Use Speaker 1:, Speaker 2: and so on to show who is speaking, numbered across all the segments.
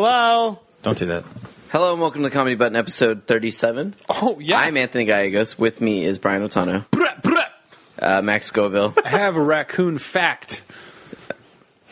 Speaker 1: Hello.
Speaker 2: Don't do that.
Speaker 3: Hello and welcome to Comedy Button episode 37.
Speaker 1: Oh yeah.
Speaker 3: I'm Anthony Gallegos. With me is Brian Otano, uh, Max Scoville,
Speaker 1: I have a raccoon fact.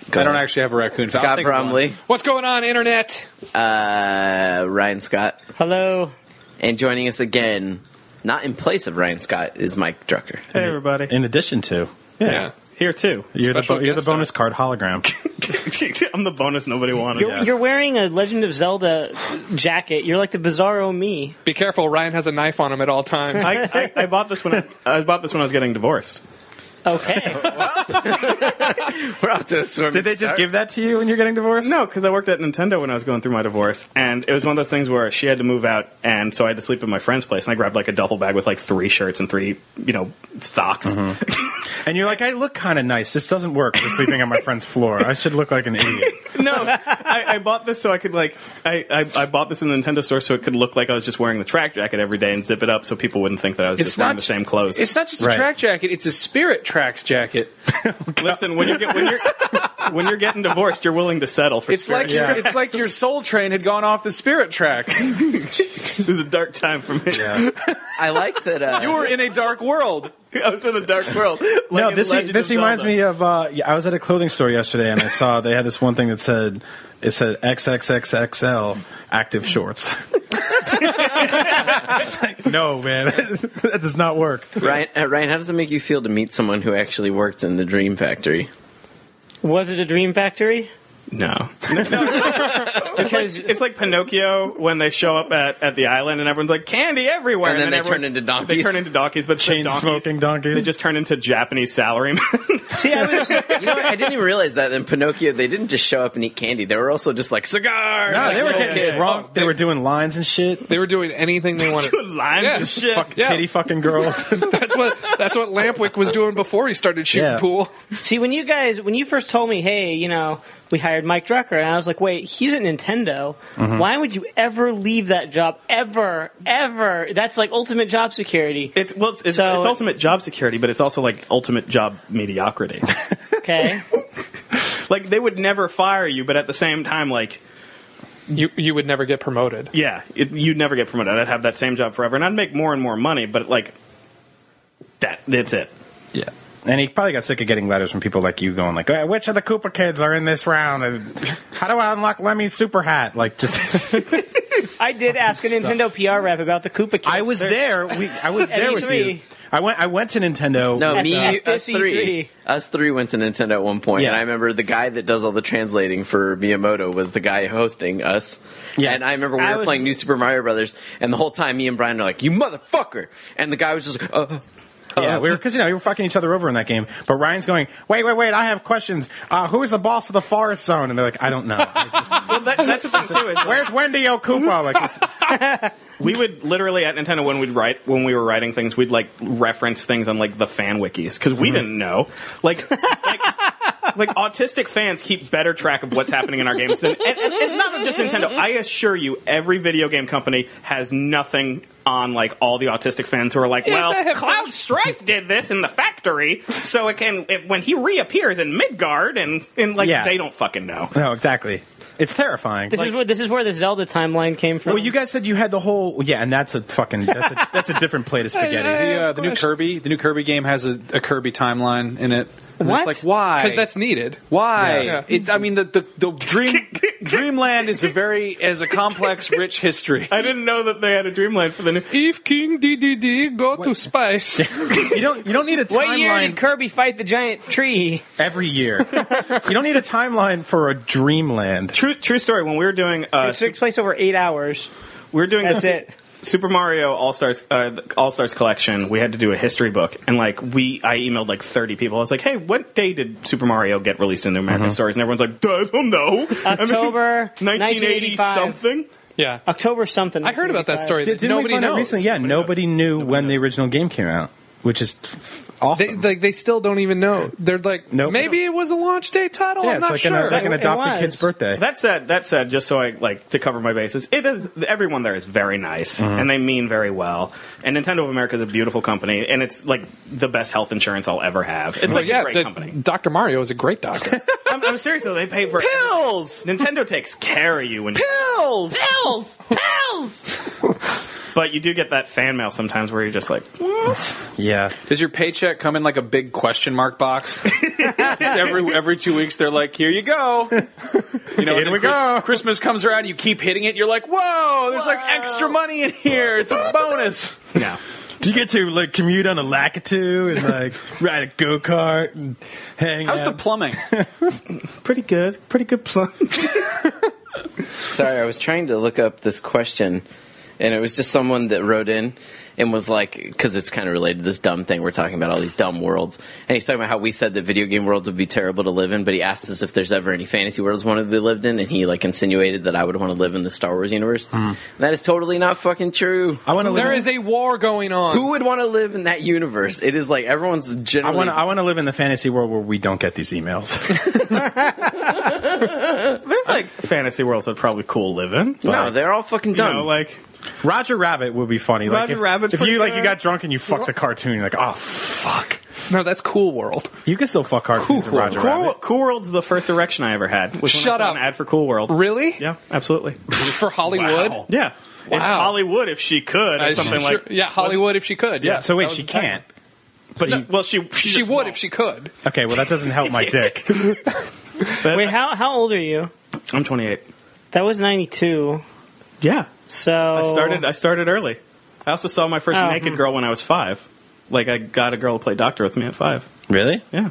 Speaker 1: I don't actually have a raccoon. fact.
Speaker 3: Scott
Speaker 1: I'll think of one.
Speaker 3: Bromley.
Speaker 1: What's going on, internet?
Speaker 3: uh, Ryan Scott,
Speaker 4: Hello.
Speaker 3: and joining us again, not in place of Ryan Scott, is Mike Drucker.
Speaker 4: Hey, everybody.
Speaker 2: In addition to,
Speaker 4: yeah.
Speaker 1: Yeah.
Speaker 4: Here, too.
Speaker 2: you're the,
Speaker 1: Special
Speaker 2: bo- you're the
Speaker 1: guest star.
Speaker 2: bonus card hologram.
Speaker 4: I'm the bonus nobody wanted.
Speaker 2: You're-
Speaker 4: You're,
Speaker 2: Yeah.
Speaker 5: You're wearing a Legend of Zelda jacket. You're like the Bizarro me.
Speaker 1: Be careful. Ryan has a knife on him at all times.
Speaker 4: I, I, I bought this when I, I bought this when I was getting divorced.
Speaker 5: Okay.
Speaker 3: We're off to a swim.
Speaker 2: Did they just give that to you when you're getting divorced?
Speaker 4: No, because I worked at Nintendo when I was going through my divorce, and it was one of those things where she had to move out, and so I had to sleep at my friend's place, and I grabbed like a duffel bag with like three shirts and three, you know, socks.
Speaker 2: And you're like, I look kind of nice. This doesn't work. We're sleeping on my friend's floor. I should look like an idiot.
Speaker 4: no, I, I bought this so I could like I, I I bought this in the Nintendo store so it could look like I was just wearing the track jacket every day and zip it up so people wouldn't think that I was just wearing the same clothes.
Speaker 6: It's not just
Speaker 2: Right.
Speaker 6: a track jacket; it's a Spirit Tracks jacket.
Speaker 4: Listen, when you get when you're when you're getting divorced, you're willing to settle for.
Speaker 6: It's like
Speaker 2: Yeah.
Speaker 6: your, it's like your Soul Train had gone off the Spirit Track.
Speaker 4: this is a dark time for me.
Speaker 3: I like that. Uh,
Speaker 6: you were in a dark world.
Speaker 4: I was in a dark world. Like
Speaker 2: no,
Speaker 4: in
Speaker 2: this
Speaker 4: Legend
Speaker 2: this
Speaker 4: of
Speaker 2: reminds
Speaker 4: Zelda.
Speaker 2: me of. Uh, yeah, I was at a clothing store yesterday and I saw they had this one thing that said it said XXXXL active shorts. It's like, no, man, that does not work.
Speaker 3: Ryan, uh, Ryan, how does it make you feel to meet someone who actually worked in the Dream Factory?
Speaker 5: Was it a dream factory?
Speaker 4: No,
Speaker 5: Because
Speaker 4: it's like Pinocchio when they show up at, at the island and everyone's like candy everywhere,
Speaker 3: And then they
Speaker 4: everyone's-
Speaker 3: turn into donkeys.
Speaker 4: They turn into donkeys, but instead
Speaker 2: Chain
Speaker 4: of donkeys,
Speaker 2: smoking donkeys.
Speaker 4: They just turn into Japanese salarymen.
Speaker 5: see, I was,
Speaker 3: You know, what? I didn't even realize that in Pinocchio they didn't just show up and eat candy. They were also just like cigars.
Speaker 2: No,
Speaker 3: like
Speaker 2: Ah, they were
Speaker 3: little
Speaker 2: getting
Speaker 3: kids.
Speaker 2: drunk. they,
Speaker 1: they-
Speaker 2: were doing lines and shit.
Speaker 1: they were doing anything they wanted.
Speaker 4: Doing lines
Speaker 1: Yeah.
Speaker 4: and shit.
Speaker 2: Fucking
Speaker 1: Yeah.
Speaker 2: titty fucking girls.
Speaker 1: That's what that's what Lampwick was doing before he started shooting
Speaker 2: Yeah.
Speaker 1: pool.
Speaker 5: see, when you guys, when you first told me, hey, you know, we hired Mike Drucker, and I was like, wait, he's at Nintendo.
Speaker 2: Mm-hmm.
Speaker 5: Why would you ever leave that job? Ever, ever? That's like ultimate job security.
Speaker 4: It's well, it's, it's,
Speaker 5: So-
Speaker 4: it's ultimate job security, but it's also like ultimate job mediocrity.
Speaker 5: Okay.
Speaker 4: like they would never fire you, but at the same time, like
Speaker 1: You you would never get promoted.
Speaker 4: yeah, it, you'd never get promoted. I'd have that same job forever, and I'd make more and more money, but like that, that's it.
Speaker 2: yeah. And he probably got sick of getting letters from people like you going like, "Hey, which of the Cooper kids are in this round? And how do I unlock Lemmy's super hat? Like, just
Speaker 5: I did ask a Nintendo PR rep about the Koopa Kids.
Speaker 2: I was there. We, I was there with you.
Speaker 5: E3.
Speaker 2: I went. I went to Nintendo.
Speaker 3: No,
Speaker 5: At
Speaker 3: me,
Speaker 5: the-
Speaker 3: you,
Speaker 5: at
Speaker 3: us
Speaker 5: this
Speaker 3: three.
Speaker 5: E3.
Speaker 3: Us three went to Nintendo at one point,
Speaker 2: uh, Yeah.
Speaker 3: and I remember the guy that does all the translating for Miyamoto was the guy hosting us.
Speaker 2: Yeah.
Speaker 3: And I remember we
Speaker 5: I
Speaker 3: were
Speaker 5: was-
Speaker 3: playing New Super Mario Brothers, and the whole time me and Brian are like, "You motherfucker!" And the guy was just, like, uh,
Speaker 2: Yeah, we were because you know we were fucking each other over in that game. But Ryan's going, wait, wait, wait. I have questions. Uh, who is the boss of the Forest Zone? And they're like, I don't know.
Speaker 4: Well, that, that's the thing too. Is like,
Speaker 2: Where's Wendy Okupa? Like, it's-
Speaker 4: we would literally at Nintendo when we'd write when we were writing things, we'd like reference things on like the fan wikis because we didn't know. Like, like, like autistic fans keep better track of what's happening in our games than and, and, and not just Nintendo. I assure you, every video game company has nothing on like all the autistic fans who are like,
Speaker 1: I
Speaker 4: well,
Speaker 1: have-
Speaker 4: Cloud Strife did this in the factory, so it can it, when he reappears in Midgard and and like
Speaker 2: Yeah.
Speaker 4: they don't fucking know.
Speaker 2: no, exactly. It's terrifying.
Speaker 5: This is where this is where the Zelda timeline came from.
Speaker 2: Well, you guys said you had the whole yeah, and that's a fucking that's a, that's a different plate of spaghetti.
Speaker 6: The, uh, the new
Speaker 1: Question.
Speaker 6: Kirby, the new Kirby game has a, a Kirby timeline in it. And
Speaker 5: What?
Speaker 6: It's like why?
Speaker 1: Because that's needed.
Speaker 6: why.
Speaker 1: Yeah. Yeah.
Speaker 6: It, I mean, the, the the dream Dreamland is a very as a complex, rich history.
Speaker 4: I didn't know that they had a Dreamland for the new.
Speaker 1: If King DDD go to space,
Speaker 2: You don't you don't need a
Speaker 5: what year did
Speaker 2: timeline
Speaker 5: Kirby fight the giant tree?
Speaker 2: every year. you don't need a timeline for a dreamland.
Speaker 4: True, true story. When we were doing uh,
Speaker 5: It took place over eight hours.
Speaker 4: we were doing
Speaker 5: That's
Speaker 4: the Su-
Speaker 5: it.
Speaker 4: Super Mario All Stars uh, All Stars collection. We had to do a history book, and like we, I emailed like thirty people. I was like, "Hey, what day did Super Mario get released in the American stores?" And everyone's like, "I don't know,
Speaker 5: October
Speaker 4: nineteen eighty
Speaker 5: 1985.
Speaker 4: something."
Speaker 1: yeah.
Speaker 5: October something.
Speaker 1: I heard about that
Speaker 5: 1985.
Speaker 1: story.
Speaker 2: Did,
Speaker 1: that
Speaker 2: didn't
Speaker 1: nobody
Speaker 2: we find out
Speaker 1: knows.
Speaker 2: recently? Yeah, nobody knew when the original game came out. which is f- awesome.
Speaker 7: They, like they still don't even know. They're like,
Speaker 2: Nope.
Speaker 7: maybe it was a launch day title.
Speaker 2: yeah,
Speaker 7: oh, I'm
Speaker 2: it's
Speaker 7: not
Speaker 2: like
Speaker 7: sure.
Speaker 2: an, like an
Speaker 5: It
Speaker 2: adopted
Speaker 5: was.
Speaker 2: kid's birthday.
Speaker 4: That said, that said, just so I like to cover my bases, it is everyone there is very nice and they mean very well. And Nintendo of America is a beautiful company, and it's like the best health insurance I'll ever have. It's
Speaker 7: Well,
Speaker 4: like
Speaker 7: yeah,
Speaker 4: a great
Speaker 7: the-
Speaker 4: company.
Speaker 7: Dr. Mario is a great doctor.
Speaker 4: I'm, I'm serious though; they pay for pills. Nintendo takes care of you when pills, pills, pills. but you do get that fan mail sometimes where you're just like, "Hmm, what?
Speaker 2: yeah,
Speaker 1: Does your paycheck come in like a big question mark box? Just every every two weeks, they're like, "Here you go." You know, here we go. Christmas comes around, you keep hitting it. You're like, "Whoa, there's like extra money in here. It's a bonus."
Speaker 4: No.
Speaker 2: do you get to like commute on a Lakitu and like ride a go kart and hang?
Speaker 1: How's the
Speaker 2: out?
Speaker 1: plumbing?
Speaker 4: Pretty good, pretty good plug.
Speaker 3: Sorry, I was trying to look up this question, and it was just someone that wrote in and was like, because it's kind of related to this dumb thing we're talking about, all these dumb worlds. And he's talking about how we said that video game worlds would be terrible to live in, but he asked us if there's ever any fantasy worlds wanted to be lived in, and he like insinuated that I would want to live in the Star Wars universe. And that is totally not fucking true.
Speaker 2: I want to
Speaker 7: there
Speaker 2: live.
Speaker 7: is a war going on.
Speaker 3: Who would want to live in that universe? It is like everyone's
Speaker 2: I
Speaker 3: generally.
Speaker 2: want. I want to live in the fantasy world where we don't get these emails.
Speaker 4: There's like fantasy worlds that probably cool live in.
Speaker 3: no, they're all fucking
Speaker 4: you
Speaker 3: dumb.
Speaker 4: know, like.
Speaker 2: Roger Rabbit would be funny. like
Speaker 4: Roger
Speaker 2: if,
Speaker 4: Rabbit's
Speaker 2: If you
Speaker 4: pretty
Speaker 2: like, you
Speaker 4: good.
Speaker 2: got drunk and you fucked a cartoon. You're like, oh fuck.
Speaker 7: no, that's Cool World.
Speaker 2: You can still fuck cartoons. in Roger
Speaker 4: Cool,
Speaker 2: Rabbit.
Speaker 4: cool World's the first erection I ever had. Was when I
Speaker 7: Shut
Speaker 4: saw
Speaker 7: up.
Speaker 4: An ad for Cool World.
Speaker 7: Really?
Speaker 4: Yeah, absolutely.
Speaker 7: For Hollywood?
Speaker 4: Wow. Yeah. If
Speaker 7: Wow.
Speaker 4: Hollywood, if she could, or
Speaker 7: I-
Speaker 4: something
Speaker 7: sure-
Speaker 4: like.
Speaker 7: yeah, Hollywood if she could. Yeah.
Speaker 2: So
Speaker 7: That
Speaker 2: wait,
Speaker 7: was
Speaker 2: she
Speaker 7: the tagline.
Speaker 2: can't.
Speaker 4: But no, well, she
Speaker 7: She,
Speaker 4: just
Speaker 7: would
Speaker 4: won't.
Speaker 7: if she could.
Speaker 2: Okay, well that doesn't help my dick.
Speaker 5: Wait, how how old are you?
Speaker 4: I'm 28.
Speaker 5: That was ninety two.
Speaker 4: Yeah,
Speaker 5: So
Speaker 4: I
Speaker 7: Oh.
Speaker 4: started. I started early. I also saw my first
Speaker 5: Oh,
Speaker 4: naked
Speaker 5: hmm.
Speaker 4: girl when I was five. Like I got a girl to play doctor with me at five.
Speaker 2: Really?
Speaker 4: Yeah.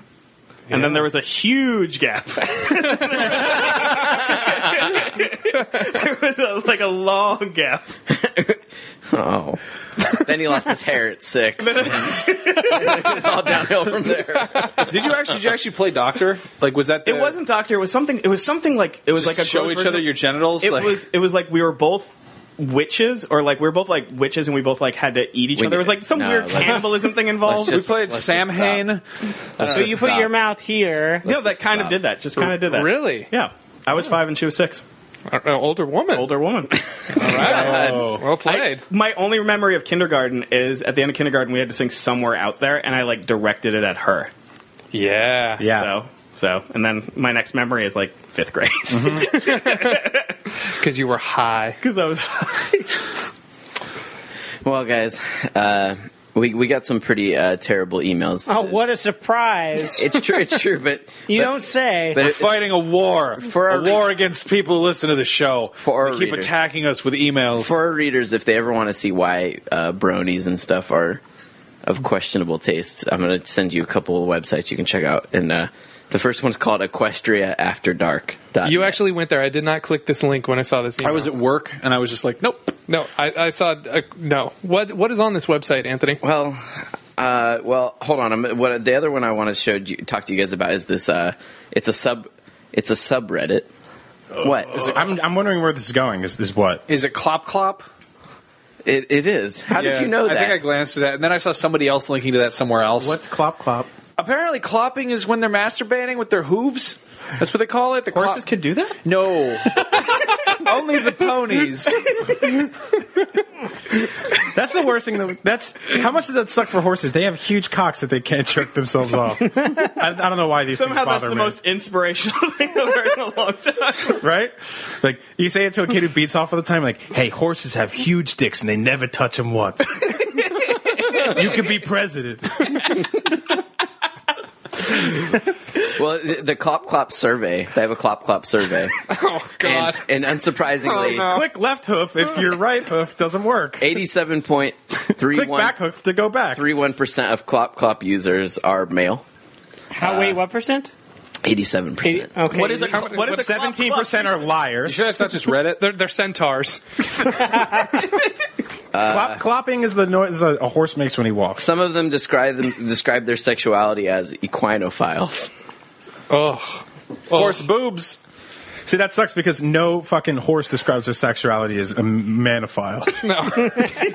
Speaker 4: And then there was a huge gap. there was a, like a long gap.
Speaker 3: Oh. then he lost his hair at six. it's all downhill from there.
Speaker 1: Did you actually did you actually play doctor? Like, was that the,
Speaker 4: It wasn't doctor. It was something. It was something like it was
Speaker 1: just
Speaker 4: like a
Speaker 1: show
Speaker 4: gross
Speaker 1: each
Speaker 4: version
Speaker 1: other
Speaker 4: of-
Speaker 1: your genitals?
Speaker 4: It
Speaker 1: Like-
Speaker 4: was it was like we were both witches, or like we were both like witches, and we both like had to eat each
Speaker 3: We-
Speaker 4: other. It was like some
Speaker 3: no,
Speaker 4: weird
Speaker 3: let's-
Speaker 4: cannibalism thing involved.
Speaker 1: we
Speaker 3: just-
Speaker 1: played
Speaker 3: let's just
Speaker 1: Sam
Speaker 3: stop.
Speaker 1: Hain.
Speaker 5: So you put your mouth here.
Speaker 4: no, that
Speaker 3: just
Speaker 4: kind of
Speaker 3: stop.
Speaker 4: did that. Just kind of did that.
Speaker 7: Really?
Speaker 4: Yeah. I was five and she was six.
Speaker 7: An older woman.
Speaker 4: Older woman.
Speaker 7: All right. Well
Speaker 4: I,
Speaker 7: played.
Speaker 4: my only memory of kindergarten is at the end of kindergarten we had to sing somewhere out there, and I like directed it at her.
Speaker 7: yeah.
Speaker 2: Yeah.
Speaker 4: So so, and then my next memory is like fifth grade because
Speaker 2: Mm-hmm.
Speaker 7: Because you were high.
Speaker 4: I was
Speaker 3: Well, guys, uh, we, we got some pretty uh, terrible emails.
Speaker 5: Oh, what a surprise!
Speaker 3: It's true, it's true, but
Speaker 5: You
Speaker 3: but-
Speaker 5: don't say.
Speaker 3: but
Speaker 1: We're
Speaker 3: it-
Speaker 1: fighting a war.
Speaker 3: For our
Speaker 1: a war against people who listen to the show.
Speaker 3: For our
Speaker 1: they keep
Speaker 3: readers.
Speaker 1: attacking us with emails.
Speaker 3: for our readers, if they ever want to see why uh, bronies and stuff are of questionable taste, I'm going to send you a couple of websites you can check out. And uh, the first one's called Equestria After Dark.
Speaker 7: You actually went there. I did not click this link when I saw this email.
Speaker 1: I was at work and I was just like, nope.
Speaker 7: No, I, I saw. Uh, no. What What is on this website, Anthony?
Speaker 3: Well, uh, well, hold on. I'm, what the other one I want to show you, talk to you guys about is this. Uh, it's a sub. It's a subreddit.
Speaker 1: Oh.
Speaker 3: What?
Speaker 2: I'm, I'm wondering where this is going. Is is what?
Speaker 1: Is it Clop Clop?
Speaker 3: It, it is. How did
Speaker 1: Yeah.
Speaker 3: you know
Speaker 1: I
Speaker 3: that?
Speaker 1: think I glanced at that, and then I saw somebody else linking to that somewhere else.
Speaker 4: clop clop.
Speaker 1: Apparently, clopping is when they're masturbating with their hooves. That's what they call it. The clop-
Speaker 4: Horses could do that.
Speaker 1: no, only the ponies.
Speaker 2: That's the worst thing. That, that's how much does that suck for horses? They have huge cocks that they can't jerk themselves off. I, I don't know why these
Speaker 4: Somehow
Speaker 2: things
Speaker 4: that's
Speaker 2: bother
Speaker 4: the
Speaker 2: me.
Speaker 4: most inspirational thing I've heard in a long time.
Speaker 2: right? Like you say it to a kid who beats off all the time. Like, hey, horses have huge dicks and they never touch them once. you could be president.
Speaker 3: well, the, the Clop Clop survey. They have a Clop Clop survey.
Speaker 7: Oh
Speaker 3: and,
Speaker 7: God.
Speaker 3: and unsurprisingly,
Speaker 4: Uh,
Speaker 2: Click left hoof if your right hoof doesn't work.
Speaker 3: eighty-seven point three
Speaker 2: Click back
Speaker 3: one
Speaker 2: hoof to go back.
Speaker 3: three one percent of Clop Clop users are male.
Speaker 5: How? wait, what percent?
Speaker 3: Eighty-seven
Speaker 5: Eighty-
Speaker 3: percent.
Speaker 5: Okay.
Speaker 4: uh, What is it? What is a clop
Speaker 2: Seventeen
Speaker 4: clop?
Speaker 2: percent are liars.
Speaker 1: That's not just Reddit.
Speaker 7: They're, they're centaurs.
Speaker 2: Clop, clopping is the noise a, a horse makes when he walks.
Speaker 3: Some of them describe them, describe their sexuality as equinophiles.
Speaker 7: Oh.
Speaker 1: Horse boobs.
Speaker 2: See, that sucks because no fucking horse describes their sexuality as a manophile.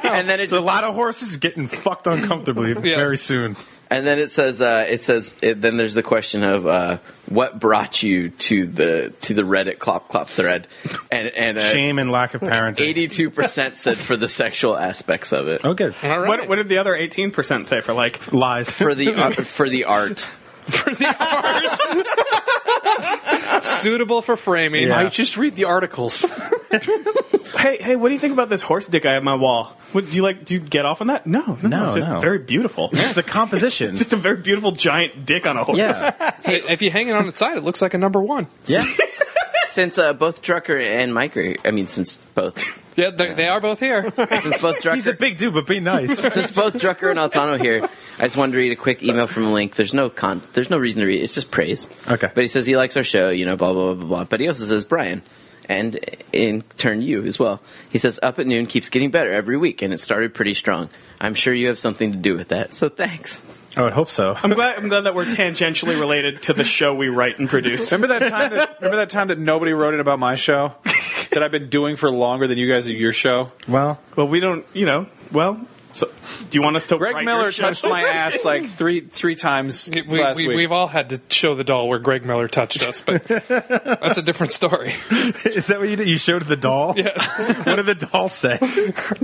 Speaker 3: and then it
Speaker 2: There's a
Speaker 3: just
Speaker 2: lot of horses getting fucked uncomfortably very soon.
Speaker 3: And then it says, uh, it says, it, then there's the question of uh, what brought you to the to the Reddit clop clop thread, and and
Speaker 2: Shame and lack of parenting.
Speaker 3: Uh, eighty two percent said for the sexual aspects of it,
Speaker 2: Oh, good.
Speaker 7: All right.
Speaker 4: What, what did the other 18% say for like
Speaker 2: Lies.
Speaker 3: for the uh, for the art.
Speaker 7: Suitable for framing.
Speaker 2: Yeah.
Speaker 1: I just read the articles.
Speaker 4: hey, hey, what do you think about this horse dick I have on my wall? What, do you like? Do you get off on that? No, no,
Speaker 2: No,
Speaker 4: it's just
Speaker 2: no.
Speaker 4: very beautiful.
Speaker 2: It's the composition.
Speaker 4: just a very beautiful giant dick on a horse.
Speaker 2: yeah.
Speaker 7: If you hang it on its side, it looks like a number one.
Speaker 2: Yeah.
Speaker 3: Since uh, both Drucker and Mike are, I mean, since both,
Speaker 7: Yeah, they, they are both here.
Speaker 3: since both Drucker,
Speaker 2: He's a big dude, but be nice.
Speaker 3: since both Drucker and Altano here, I just wanted to read a quick email from Link. There's no con, there's no reason to read. It's just praise.
Speaker 2: Okay.
Speaker 3: But he says he likes our show, you know, blah blah blah blah blah. But he also says Brian, and in turn you as well. He says up at noon keeps getting better every week, and it started pretty strong. I'm sure you have something to do with that. So thanks.
Speaker 2: I would hope so.
Speaker 4: I'm glad, I'm glad that we're tangentially related to the show we write and produce.
Speaker 1: Remember that time? That, remember that time that nobody wrote in about my show that I've been doing for longer than you guys do your show.
Speaker 2: Well,
Speaker 4: Well, we don't, you know, well, so, do you want us to
Speaker 1: Greg
Speaker 4: write
Speaker 1: Miller
Speaker 4: your show?
Speaker 1: touched my ass like three three times
Speaker 7: We,
Speaker 1: last
Speaker 7: we,
Speaker 1: week.
Speaker 7: we've all had to show the doll where Greg Miller touched us, but that's a different story.
Speaker 2: is that what you did? You showed the doll? Yeah. what did the doll say?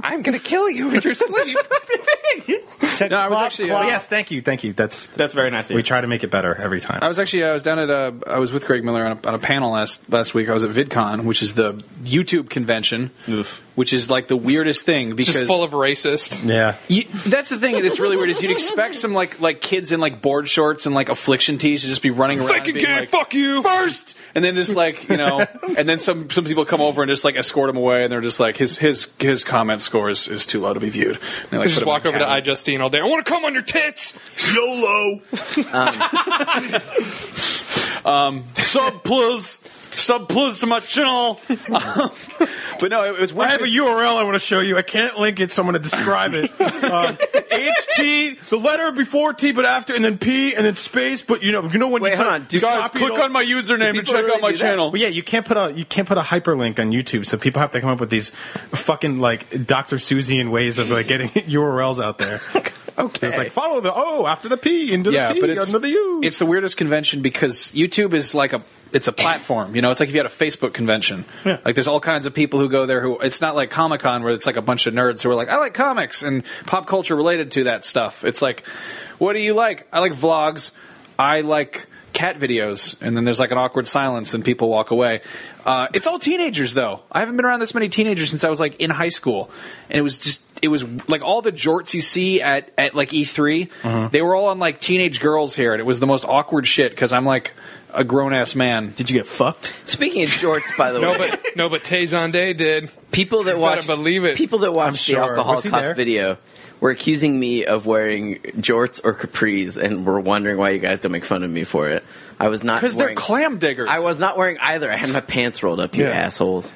Speaker 7: I'm going to kill you in your sleep.
Speaker 5: Said
Speaker 1: No, I was
Speaker 5: clop,
Speaker 1: actually, uh,
Speaker 5: clop.
Speaker 2: yes, thank you. Thank you. That's,
Speaker 4: That's very nice of you.
Speaker 2: we try to make it better every time.
Speaker 1: I was actually I was down at uh, I was with Greg Miller on a, on a panel last last week. I was at VidCon, which is the YouTube convention,
Speaker 4: Oof.
Speaker 1: which is like the weirdest thing
Speaker 7: It's
Speaker 1: because
Speaker 7: Just full of racist.
Speaker 2: yeah.
Speaker 1: You, that's the thing that's really weird is you'd expect some like like kids in like board shorts and like affliction tees to just be running around
Speaker 7: Fucking
Speaker 1: being
Speaker 7: gay,
Speaker 1: like,
Speaker 7: fuck you.
Speaker 1: first and then just like you know and then some some people come over and just like escort him away and they're just like his his his comment score is, is too low to be viewed. And they, like, put
Speaker 7: Just
Speaker 1: him
Speaker 7: walk
Speaker 1: in
Speaker 7: over to I
Speaker 1: cabinet.
Speaker 7: Justine all day. I want to come on your tits.
Speaker 4: YOLO.
Speaker 1: sub plus sub plus to my channel. Um, but no, it, it was
Speaker 2: I
Speaker 1: weird.
Speaker 2: have a URL I want to show you. I can't link it, so I'm going to describe it. Um, HT, the letter before T but after, and then P, and then space. But you know, you know when
Speaker 3: Wait,
Speaker 2: you
Speaker 3: hold
Speaker 2: type-
Speaker 3: on. Do
Speaker 2: copy
Speaker 1: Guys,
Speaker 2: it
Speaker 1: click
Speaker 2: all-
Speaker 1: on my username and
Speaker 3: people
Speaker 1: check
Speaker 3: really
Speaker 1: out my
Speaker 3: do that?
Speaker 1: channel.
Speaker 2: Well, yeah, you can't put a you can't put a hyperlink on YouTube, so people have to come up with these fucking like Dr. Susian ways of like getting URLs out there. okay, it's like follow the O after the P into the T under the U.
Speaker 1: it's the weirdest convention because YouTube is like a it's a platform. You know, it's like if you had a Facebook convention.
Speaker 4: Yeah.
Speaker 1: Like there's all kinds of people who go there who it's not like Comic Con where it's like a bunch of nerds who are like, I like comics and pop culture related to that stuff. It's like, what do you like? I like vlogs. I like cat videos and then there's like an awkward silence and people walk away uh, it's all teenagers though i haven't been around this many teenagers since i was like in high school and it was just it was like all the jorts you see at, at like e3
Speaker 4: Uh-huh.
Speaker 1: they were all on like teenage girls here and it was the most awkward shit because i'm like a grown-ass man
Speaker 4: Did you get fucked?
Speaker 3: Speaking of shorts, by the way,
Speaker 7: No, but no, but Tazon Day did.
Speaker 3: people that watch
Speaker 7: believe it.
Speaker 3: people that watch the
Speaker 2: sure.
Speaker 3: alcohol
Speaker 2: Was he there?
Speaker 3: cost video were accusing me of wearing jorts or capris and were wondering why you guys don't make fun of me for it. I was not
Speaker 1: because they're
Speaker 3: wearing-
Speaker 1: clam diggers
Speaker 3: I was not wearing either. I had my pants rolled up, you assholes.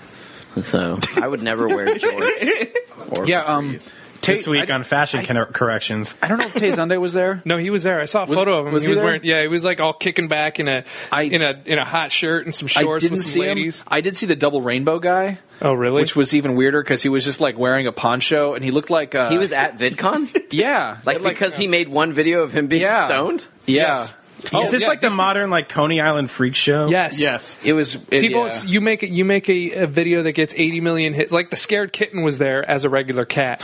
Speaker 3: So I would never wear jorts. Or
Speaker 1: yeah um
Speaker 3: capris.
Speaker 1: Ta-
Speaker 2: this week
Speaker 1: I,
Speaker 2: on fashion cor- corrections.
Speaker 1: I don't know if tay Zonday was there
Speaker 7: No, he was there. I saw a
Speaker 1: Was-
Speaker 7: photo of him.
Speaker 1: was he
Speaker 7: was
Speaker 1: there?
Speaker 7: wearing yeah, he was like all kicking back in a
Speaker 1: I-
Speaker 7: in a in a hot shirt and some shorts
Speaker 1: I didn't
Speaker 7: with some
Speaker 1: see
Speaker 7: ladies.
Speaker 1: him. I did see the double rainbow guy,
Speaker 7: Oh really?
Speaker 1: which was even weirder because he was just like wearing a poncho and he looked like uh,
Speaker 3: He was at VidCon?
Speaker 1: yeah,
Speaker 3: Like, uh, because he made one video of him being
Speaker 1: Yeah.
Speaker 3: stoned?
Speaker 1: yeah.
Speaker 7: Yes.
Speaker 1: Oh,
Speaker 2: Is this
Speaker 7: yeah,
Speaker 2: like the
Speaker 7: these-
Speaker 2: modern like Coney Island freak show?
Speaker 7: yes.
Speaker 4: Yes.
Speaker 1: It was it,
Speaker 7: People,
Speaker 1: yeah.
Speaker 7: you make a, you make a, a video that gets 80 million hits. Like the scared kitten was there as a regular cat.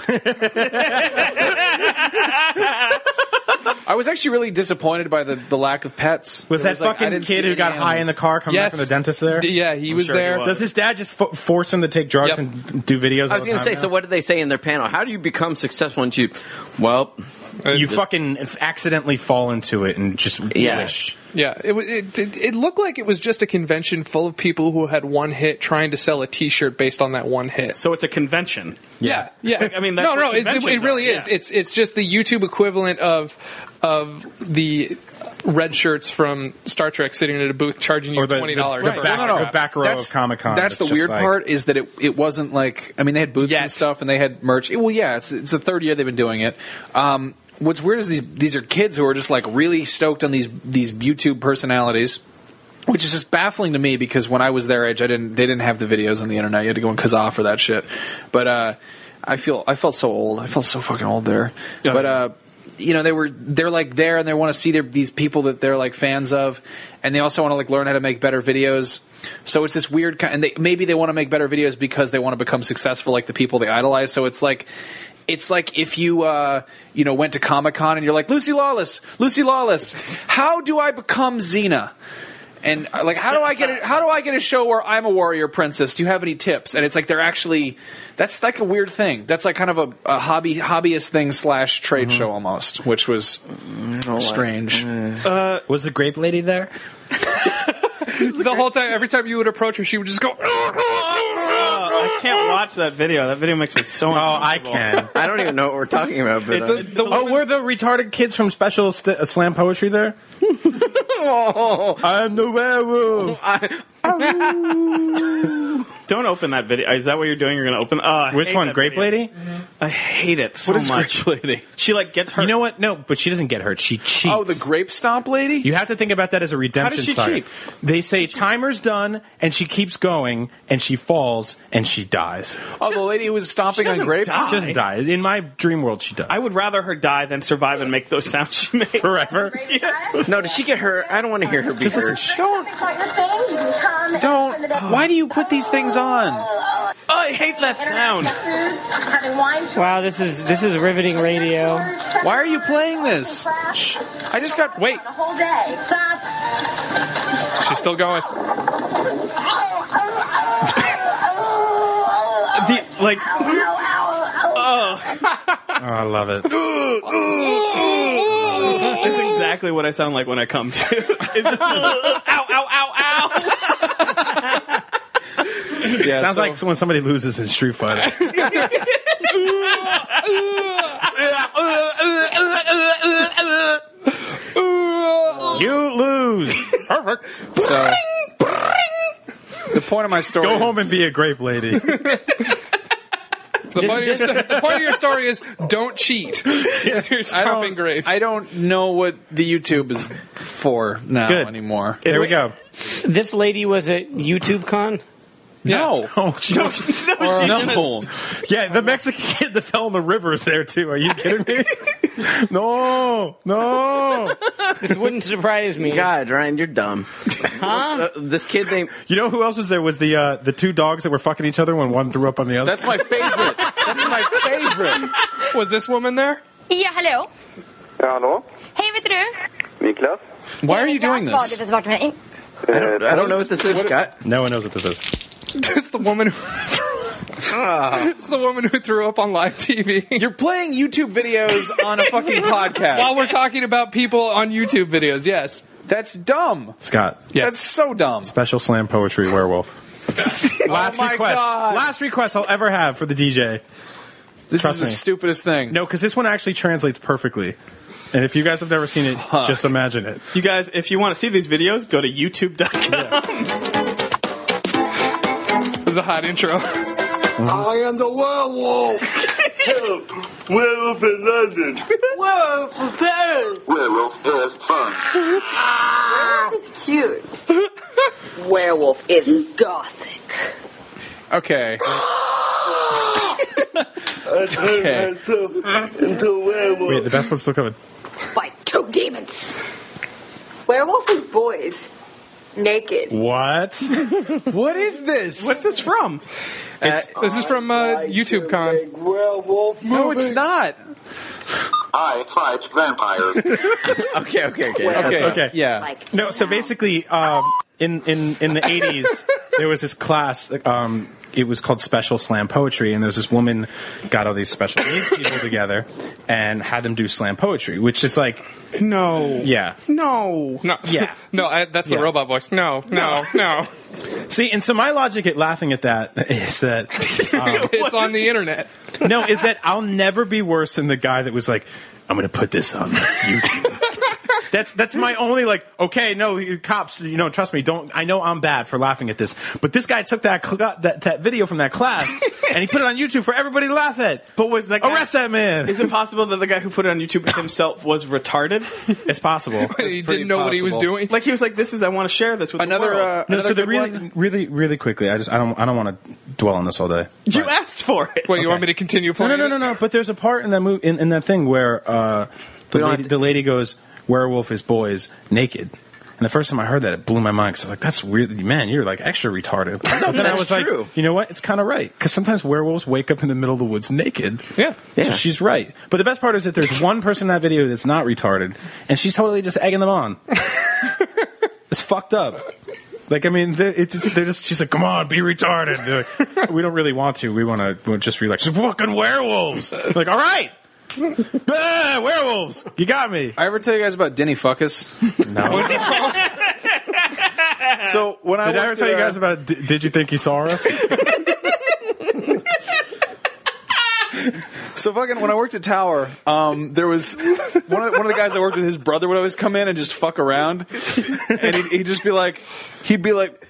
Speaker 1: I was actually really disappointed by the, the lack of pets.
Speaker 2: Was
Speaker 1: It
Speaker 2: that
Speaker 1: like, I
Speaker 2: fucking
Speaker 1: didn't
Speaker 2: kid
Speaker 1: see
Speaker 2: who got
Speaker 1: any
Speaker 2: high in
Speaker 1: animals.
Speaker 2: the car coming
Speaker 7: yes,
Speaker 2: back from the dentist there?
Speaker 7: D- yeah, he was
Speaker 4: sure he
Speaker 7: there.
Speaker 4: was.
Speaker 2: Does his dad just fo- force him to take drugs
Speaker 7: Yep.
Speaker 2: and do videos?
Speaker 3: I was going to say, so what did they say in their panel? How do you become successful in YouTube? Well,
Speaker 2: you
Speaker 7: Just-
Speaker 2: fucking accidentally fall into it and just
Speaker 3: Yeah.
Speaker 2: wish.
Speaker 7: Yeah, it, wa- it it it looked like it was just a convention full of people who had one hit trying to sell a T-shirt based on that one hit.
Speaker 4: So it's a convention.
Speaker 7: Yeah, yeah.
Speaker 4: I mean, that's
Speaker 7: no,
Speaker 4: what
Speaker 7: no. It's, it, it
Speaker 4: conventions
Speaker 7: really
Speaker 4: are,
Speaker 7: is.
Speaker 4: yeah.
Speaker 7: It's it's just the YouTube equivalent of of the red shirts from Star Trek sitting at a booth charging you
Speaker 2: Or the,
Speaker 7: twenty
Speaker 2: the-
Speaker 7: dollars.
Speaker 2: the back,
Speaker 1: No, no, no.
Speaker 2: the back row
Speaker 1: That's-
Speaker 2: of Comic Con.
Speaker 1: That's the weird part is that it, it wasn't like I mean they had booths and
Speaker 4: Yes.
Speaker 1: stuff and they had merch. It- well, yeah, it's it's the third year they've been doing it. Um, what's weird is these these are kids who are just like really stoked on these these YouTube personalities. which is just baffling to me because when I was their age, I didn't they didn't have the videos on the internet. You had to go on Kazaa for that shit. But uh, I feel I felt so old. I felt so fucking old there. But uh, you know they were they're like there and they want to see their, these people that they're like fans of, and they also want to like learn how to make better videos. So it's this weird kind, and they, maybe they want to make better videos because they want to become successful, like the people they idolize. So it's like it's like if you uh, you know went to Comic Con and you're like Lucy Lawless, Lucy Lawless, how do I become Xena? And uh, like, how do I get a, how do I get a show where I'm a warrior princess? Do you have any tips? And it's like they're actually that's like a weird thing. That's like kind of a, a hobby hobbyist thing slash trade show almost, which was strange.
Speaker 2: Was the grape lady there?
Speaker 7: the whole time, every time you would approach her, she would just go.
Speaker 4: Uh, I can't watch that video. That video makes me so.
Speaker 2: Oh, I
Speaker 4: uncomfortable.
Speaker 2: can.
Speaker 3: I don't even know what we're talking about, but uh,
Speaker 2: oh, were the retarded kids from Special St- uh, Slam Poetry there? I'm the werewolf.
Speaker 4: Don't open that video. Is that what you're doing? You're gonna open. Oh, I
Speaker 2: Which
Speaker 4: hate
Speaker 2: one,
Speaker 4: that
Speaker 2: Grape
Speaker 4: video.
Speaker 2: Lady?
Speaker 4: I hate it so much.
Speaker 1: lady?
Speaker 4: She like gets hurt.
Speaker 2: You know what? No, but she doesn't get hurt. She cheats.
Speaker 1: Oh, the grape stomp lady.
Speaker 2: You have to think about that as a redemption
Speaker 4: she
Speaker 2: saga.
Speaker 4: cheat?
Speaker 2: They say timer's done, and she keeps going, and she falls, and she dies.
Speaker 1: oh, the lady who was stomping on
Speaker 4: doesn't
Speaker 1: grapes.
Speaker 4: die.
Speaker 2: She doesn't die. In my dream world, she does.
Speaker 4: I would rather her die than survive and make those sounds she made.
Speaker 2: forever.
Speaker 3: no, did she get hurt? I don't want to hear her be
Speaker 2: Just
Speaker 3: hurt.
Speaker 2: listen.
Speaker 1: Don't don't. Why do you put these things on?
Speaker 4: Oh, I hate that sound.
Speaker 5: Wow, this is this is riveting radio.
Speaker 1: Why are you playing this? Shh. I just got wait.
Speaker 7: She's still going.
Speaker 1: Ah.
Speaker 4: The like
Speaker 2: Oh, I love it.
Speaker 4: that's exactly what I sound like when I come to. Is this- ow ow ow ow.
Speaker 1: Yeah,
Speaker 2: Sounds
Speaker 1: so-
Speaker 2: like when somebody loses in Street Fighter. you lose.
Speaker 7: Perfect.
Speaker 1: so. The point of my story.
Speaker 2: Go
Speaker 1: is-
Speaker 2: home and be a grape lady.
Speaker 7: The point, of your, the point of your story is don't cheat. You're stomping grapes.
Speaker 1: I don't know what the YouTube is for now
Speaker 2: Good.
Speaker 1: anymore.
Speaker 2: There we go.
Speaker 5: This lady was at YouTube Con.
Speaker 1: No.
Speaker 2: Oh, Jesus.
Speaker 1: No.
Speaker 2: Yeah, the Mexican kid that fell in the river is there too. Are you kidding me? no, no.
Speaker 5: This wouldn't surprise me.
Speaker 3: God, Ryan, you're dumb.
Speaker 5: Huh?
Speaker 3: Uh, this kid named
Speaker 2: You know who else was there? Was the uh, the two dogs that were fucking each other when one threw up on the other?
Speaker 1: That's my favorite. That's my favorite.
Speaker 7: Was this woman there?
Speaker 8: Ja, hallå?
Speaker 9: Ja, hallå?
Speaker 8: Hej, vet du?
Speaker 9: Niklas?
Speaker 1: Why are you
Speaker 8: Jag
Speaker 1: doing
Speaker 8: är glad
Speaker 1: this?
Speaker 8: över svaret, men
Speaker 3: I don't, I don't know what this is, Scott.
Speaker 2: no one knows what this is.
Speaker 7: It's the woman who.
Speaker 1: Ah.
Speaker 7: it's the woman who threw up on live TV.
Speaker 1: You're playing YouTube videos on a fucking
Speaker 7: While
Speaker 1: podcast.
Speaker 7: we're talking about people on YouTube videos, yes.
Speaker 1: That's dumb.
Speaker 2: Scott.
Speaker 7: Yeah.
Speaker 1: That's so dumb.
Speaker 2: Special slam poetry werewolf. Last
Speaker 1: Oh my
Speaker 2: request.
Speaker 1: God.
Speaker 2: Last request I'll ever have for the DJ.
Speaker 1: This
Speaker 2: Trust
Speaker 1: is the
Speaker 2: me.
Speaker 1: stupidest thing.
Speaker 2: No, because this one actually translates perfectly. And if you guys have never seen it, just imagine it.
Speaker 4: You guys, if you want to see these videos, go to YouTube.com.
Speaker 7: This is a hot intro.
Speaker 9: I am the werewolf! Help! Werewolf in London!
Speaker 10: Whoa, for Paris.
Speaker 9: Werewolf has fun.
Speaker 10: That is cute. Werewolf is gothic.
Speaker 1: Okay.
Speaker 9: I turned
Speaker 1: Okay.
Speaker 9: myself into a werewolf.
Speaker 2: Wait, the best one's still coming.
Speaker 10: By two demons. Werewolf is boys. Naked.
Speaker 2: What?
Speaker 1: What is this?
Speaker 4: What's this from?
Speaker 7: This is from
Speaker 1: Oh
Speaker 7: uh,
Speaker 9: I
Speaker 7: YouTube
Speaker 9: can
Speaker 7: Con.
Speaker 9: make werewolf
Speaker 1: no, it's not.
Speaker 9: I fight vampires.
Speaker 3: Okay, okay, okay.
Speaker 1: Okay.
Speaker 2: Okay.
Speaker 1: Yeah.
Speaker 10: Like
Speaker 2: No, so basically, um, in in in the eighties, there was this class. Um, it was called Special Slam Poetry, and there was this woman got all these special needs people together and had them do slam poetry, which is like,
Speaker 4: No.
Speaker 2: yeah,
Speaker 4: No.
Speaker 7: No,
Speaker 2: Yeah.
Speaker 7: no, I, that's the
Speaker 2: Yeah.
Speaker 7: robot voice. No, no, no.
Speaker 2: See, and so my logic at laughing at that is that
Speaker 7: it's on the internet.
Speaker 2: no, is that I'll never be worse than the guy that was like, I'm going to put this on YouTube. that's that's my only like. Okay, no, you cops, you know, trust me. Don't I know I'm bad for laughing at this, but this guy took that cl- that that video from that class and he put it on YouTube for everybody to laugh at.
Speaker 4: But was that guy,
Speaker 2: Arrest that man.
Speaker 4: Is it possible that the guy who put it on YouTube himself was retarded?
Speaker 2: It's possible.
Speaker 7: he didn't know what he was doing.
Speaker 4: Like he was like, "This is I want to share this with
Speaker 1: Another,
Speaker 4: The world.
Speaker 1: uh,
Speaker 2: No,
Speaker 1: another
Speaker 2: so they
Speaker 1: good
Speaker 2: really,
Speaker 1: one?
Speaker 2: really, really quickly. I just, I don't, I don't want to dwell on this all day.
Speaker 4: you asked for it.
Speaker 7: Wait, you want me to continue
Speaker 2: No,
Speaker 7: playing?
Speaker 2: no, no, no, no. But there's a part in that movie, in, in that thing where uh, the, lady, the lady goes, "Werewolf is boys naked." And the first time I heard that, it blew my mind. Cause I was like, that's weird, man. You're like extra retarded. But then I
Speaker 3: that's
Speaker 2: was
Speaker 3: true.
Speaker 2: like, you know what? It's kind of right because sometimes werewolves wake up in the middle of the woods naked.
Speaker 7: Yeah.
Speaker 2: So
Speaker 3: Yeah.
Speaker 2: she's right. But the best part is that there's one person in that video that's not retarded, and she's totally just egging them on. it's fucked up. Like I mean, they, it just, they're just she's like, "Come on, be retarded." They're like, we don't really want to. We want to we'll just be like, "Just "Fucking werewolves!" like, all right, Ah, werewolves. You got me.
Speaker 1: I ever tell you guys about Denny Fuckus?
Speaker 2: No.
Speaker 1: so when I
Speaker 2: Did I ever
Speaker 1: worked
Speaker 2: tell you
Speaker 1: at, uh,
Speaker 2: guys about? D- did you think you saw us?
Speaker 1: So fucking when I worked at Tower, um, there was one of, the, one of the guys I worked with. His brother would always come in and just fuck around, and he'd, he'd just be like, he'd be like,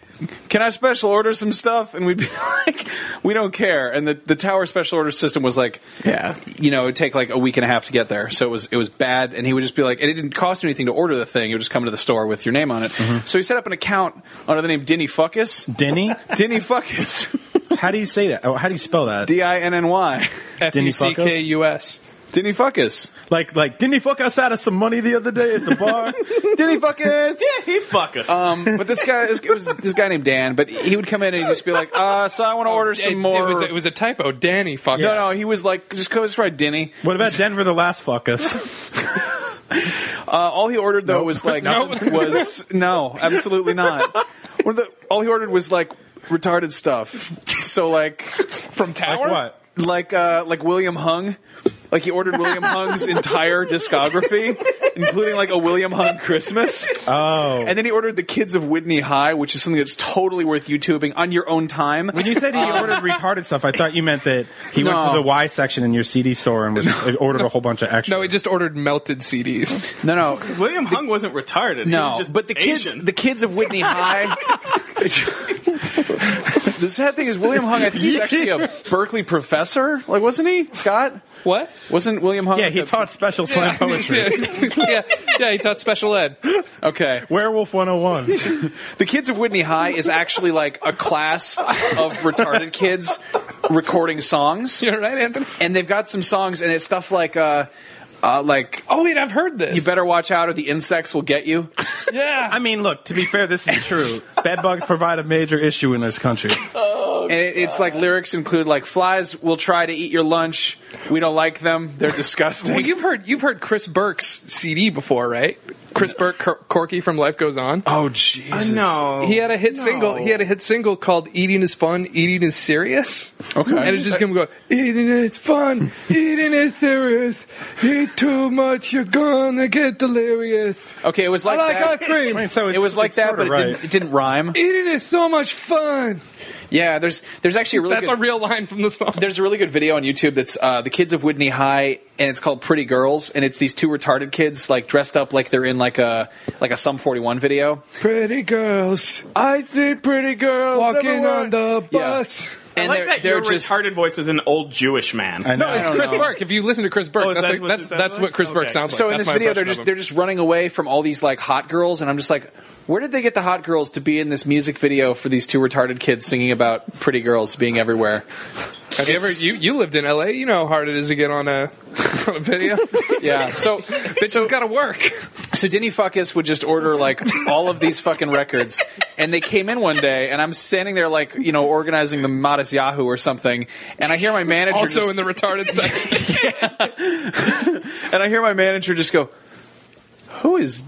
Speaker 1: "Can I special order some stuff?" And we'd be like, "We don't care." And the, the Tower special order system was like,
Speaker 3: Yeah.
Speaker 1: you know, it'd take like a week and a half to get there, so it was it was bad. And he would just be like, and it didn't cost you anything to order the thing. You would just come to the store with your name on it. So he set up an account under the name Dinny Fuckus.
Speaker 2: Denny?
Speaker 1: Dinny Fuckus,
Speaker 2: How do you say that? Oh, how do you spell that?
Speaker 1: D I N N Y,
Speaker 7: F
Speaker 2: Didn't he
Speaker 7: U
Speaker 2: fuck
Speaker 7: C
Speaker 2: us?
Speaker 7: K U S.
Speaker 1: Dinny Fuckus,
Speaker 2: like, like, didn't he fuck us out of some money the other day at the bar?
Speaker 1: Dinny Fuckus.
Speaker 4: yeah, he fuck us.
Speaker 1: Um, but this guy, this, it was this guy named Dan, but he would come in and he'd just be like, uh, "So I want to order some
Speaker 7: Oh, It-
Speaker 1: more."
Speaker 7: It was, it was a typo. Danny fuck
Speaker 1: no,
Speaker 7: us.
Speaker 1: no, he was like, "Just go, just try Denny."
Speaker 2: what about Denver? The last fuck us.
Speaker 1: Uh, all he ordered though was like, was no, absolutely not. One of the, all he ordered was like retarded stuff. So like from Tower,
Speaker 2: what?
Speaker 1: Like uh, like William Hung. Like he ordered William Hung's entire discography, including like a William Hung Christmas.
Speaker 2: Oh.
Speaker 1: And then he ordered The Kids of Whitney High, which is something that's totally worth YouTubing on your own time.
Speaker 2: When you said he
Speaker 7: Oh.
Speaker 2: ordered retarded stuff, I thought you meant that he went
Speaker 1: No.
Speaker 2: to the Y section in your CD store and was ordered a whole bunch of extra.
Speaker 7: No, he just ordered melted CDs.
Speaker 1: No, no,
Speaker 4: William Hung wasn't retarded. he
Speaker 1: no.
Speaker 4: was just
Speaker 1: but the kids,
Speaker 4: Asian.
Speaker 1: the kids of Whitney High. the sad thing is, William Hung. I think he's actually a Berkeley professor. Like, wasn't he, Scott?
Speaker 7: What?
Speaker 1: Wasn't William Hung?
Speaker 2: yeah, he
Speaker 1: a-
Speaker 2: taught special slam poetry.
Speaker 7: Yes. yeah, yeah, he taught special ed.
Speaker 1: Okay,
Speaker 2: Werewolf 101.
Speaker 1: the kids of Whitney High is actually like a class of retarded kids recording songs,
Speaker 7: You're right, Anthony.
Speaker 1: and they've got some songs, and it's stuff like, uh, uh, like
Speaker 7: Oh wait, I've heard this.
Speaker 1: you better watch out, or the insects will get you.
Speaker 7: Yeah.
Speaker 2: I mean, look, to be fair, this is true. Bed bugs provide a major issue in this country.
Speaker 1: and it, it's like lyrics include like flies will try to eat your lunch. We don't like them. They're disgusting.
Speaker 7: well, you've heard you've heard Chris Burke's CD before, right? Chris Burke Cor- Corky from Life Goes On.
Speaker 1: oh Jesus! Oh,
Speaker 4: no,
Speaker 7: he had a hit
Speaker 4: No.
Speaker 7: single. He had a hit single called "Eating Is Fun, Eating Is Serious."
Speaker 1: Okay.
Speaker 7: and it's just gonna go, "Eating is fun, eating is serious. Eat too much, you're gonna get delirious.
Speaker 1: Okay, it was like
Speaker 7: I like
Speaker 1: that.
Speaker 7: ice cream.
Speaker 2: I mean, so it's,
Speaker 1: it was like
Speaker 2: it's
Speaker 1: that,
Speaker 2: sorta
Speaker 1: but it,
Speaker 2: right.
Speaker 1: didn't, it didn't rhyme.
Speaker 7: Eating is so much fun."
Speaker 1: Yeah, there's there's actually a really
Speaker 7: That's
Speaker 1: good,
Speaker 7: a real line from the song.
Speaker 1: there's a really good video on YouTube that's uh, the kids of Whitney High, and it's called Pretty Girls, and it's these two retarded kids like dressed up like they're in like a like a Sum 41 video.
Speaker 7: Pretty girls
Speaker 1: I see pretty girls
Speaker 7: walking on the
Speaker 1: Yeah.
Speaker 7: bus.
Speaker 1: and
Speaker 4: I like
Speaker 1: they're,
Speaker 4: that
Speaker 1: they're
Speaker 4: your
Speaker 1: just
Speaker 4: retarded voice is an old Jewish man.
Speaker 2: I know.
Speaker 7: No, it's
Speaker 1: don't
Speaker 7: Chris
Speaker 1: know.
Speaker 7: Burke. If you listen to Chris Burke,
Speaker 4: Oh, is
Speaker 7: that's
Speaker 4: that
Speaker 7: like,
Speaker 4: what
Speaker 7: that's
Speaker 4: it sounds
Speaker 7: that's
Speaker 4: like?
Speaker 7: what Chris Burke
Speaker 4: Okay.
Speaker 7: sounds like.
Speaker 1: so in
Speaker 7: That's
Speaker 1: this
Speaker 7: my
Speaker 1: video they're
Speaker 7: impression
Speaker 1: just
Speaker 7: of
Speaker 1: they're
Speaker 7: him.
Speaker 1: just running away from all these like hot girls and i'm just like where did they get the hot girls to be in this music video for these two retarded kids singing about pretty girls being everywhere
Speaker 7: Have you ever you, you lived in L.A. You know how hard it is to get on a on a video.
Speaker 1: yeah so
Speaker 7: Bitch, has got to work.
Speaker 1: so denny fuckus would just order like all of these fucking records and they came in one day and i'm standing there like you know organizing the modest yahoo or something and i hear my manager
Speaker 7: Also
Speaker 1: just-
Speaker 7: in the retarded section.
Speaker 1: and i hear my manager just go who is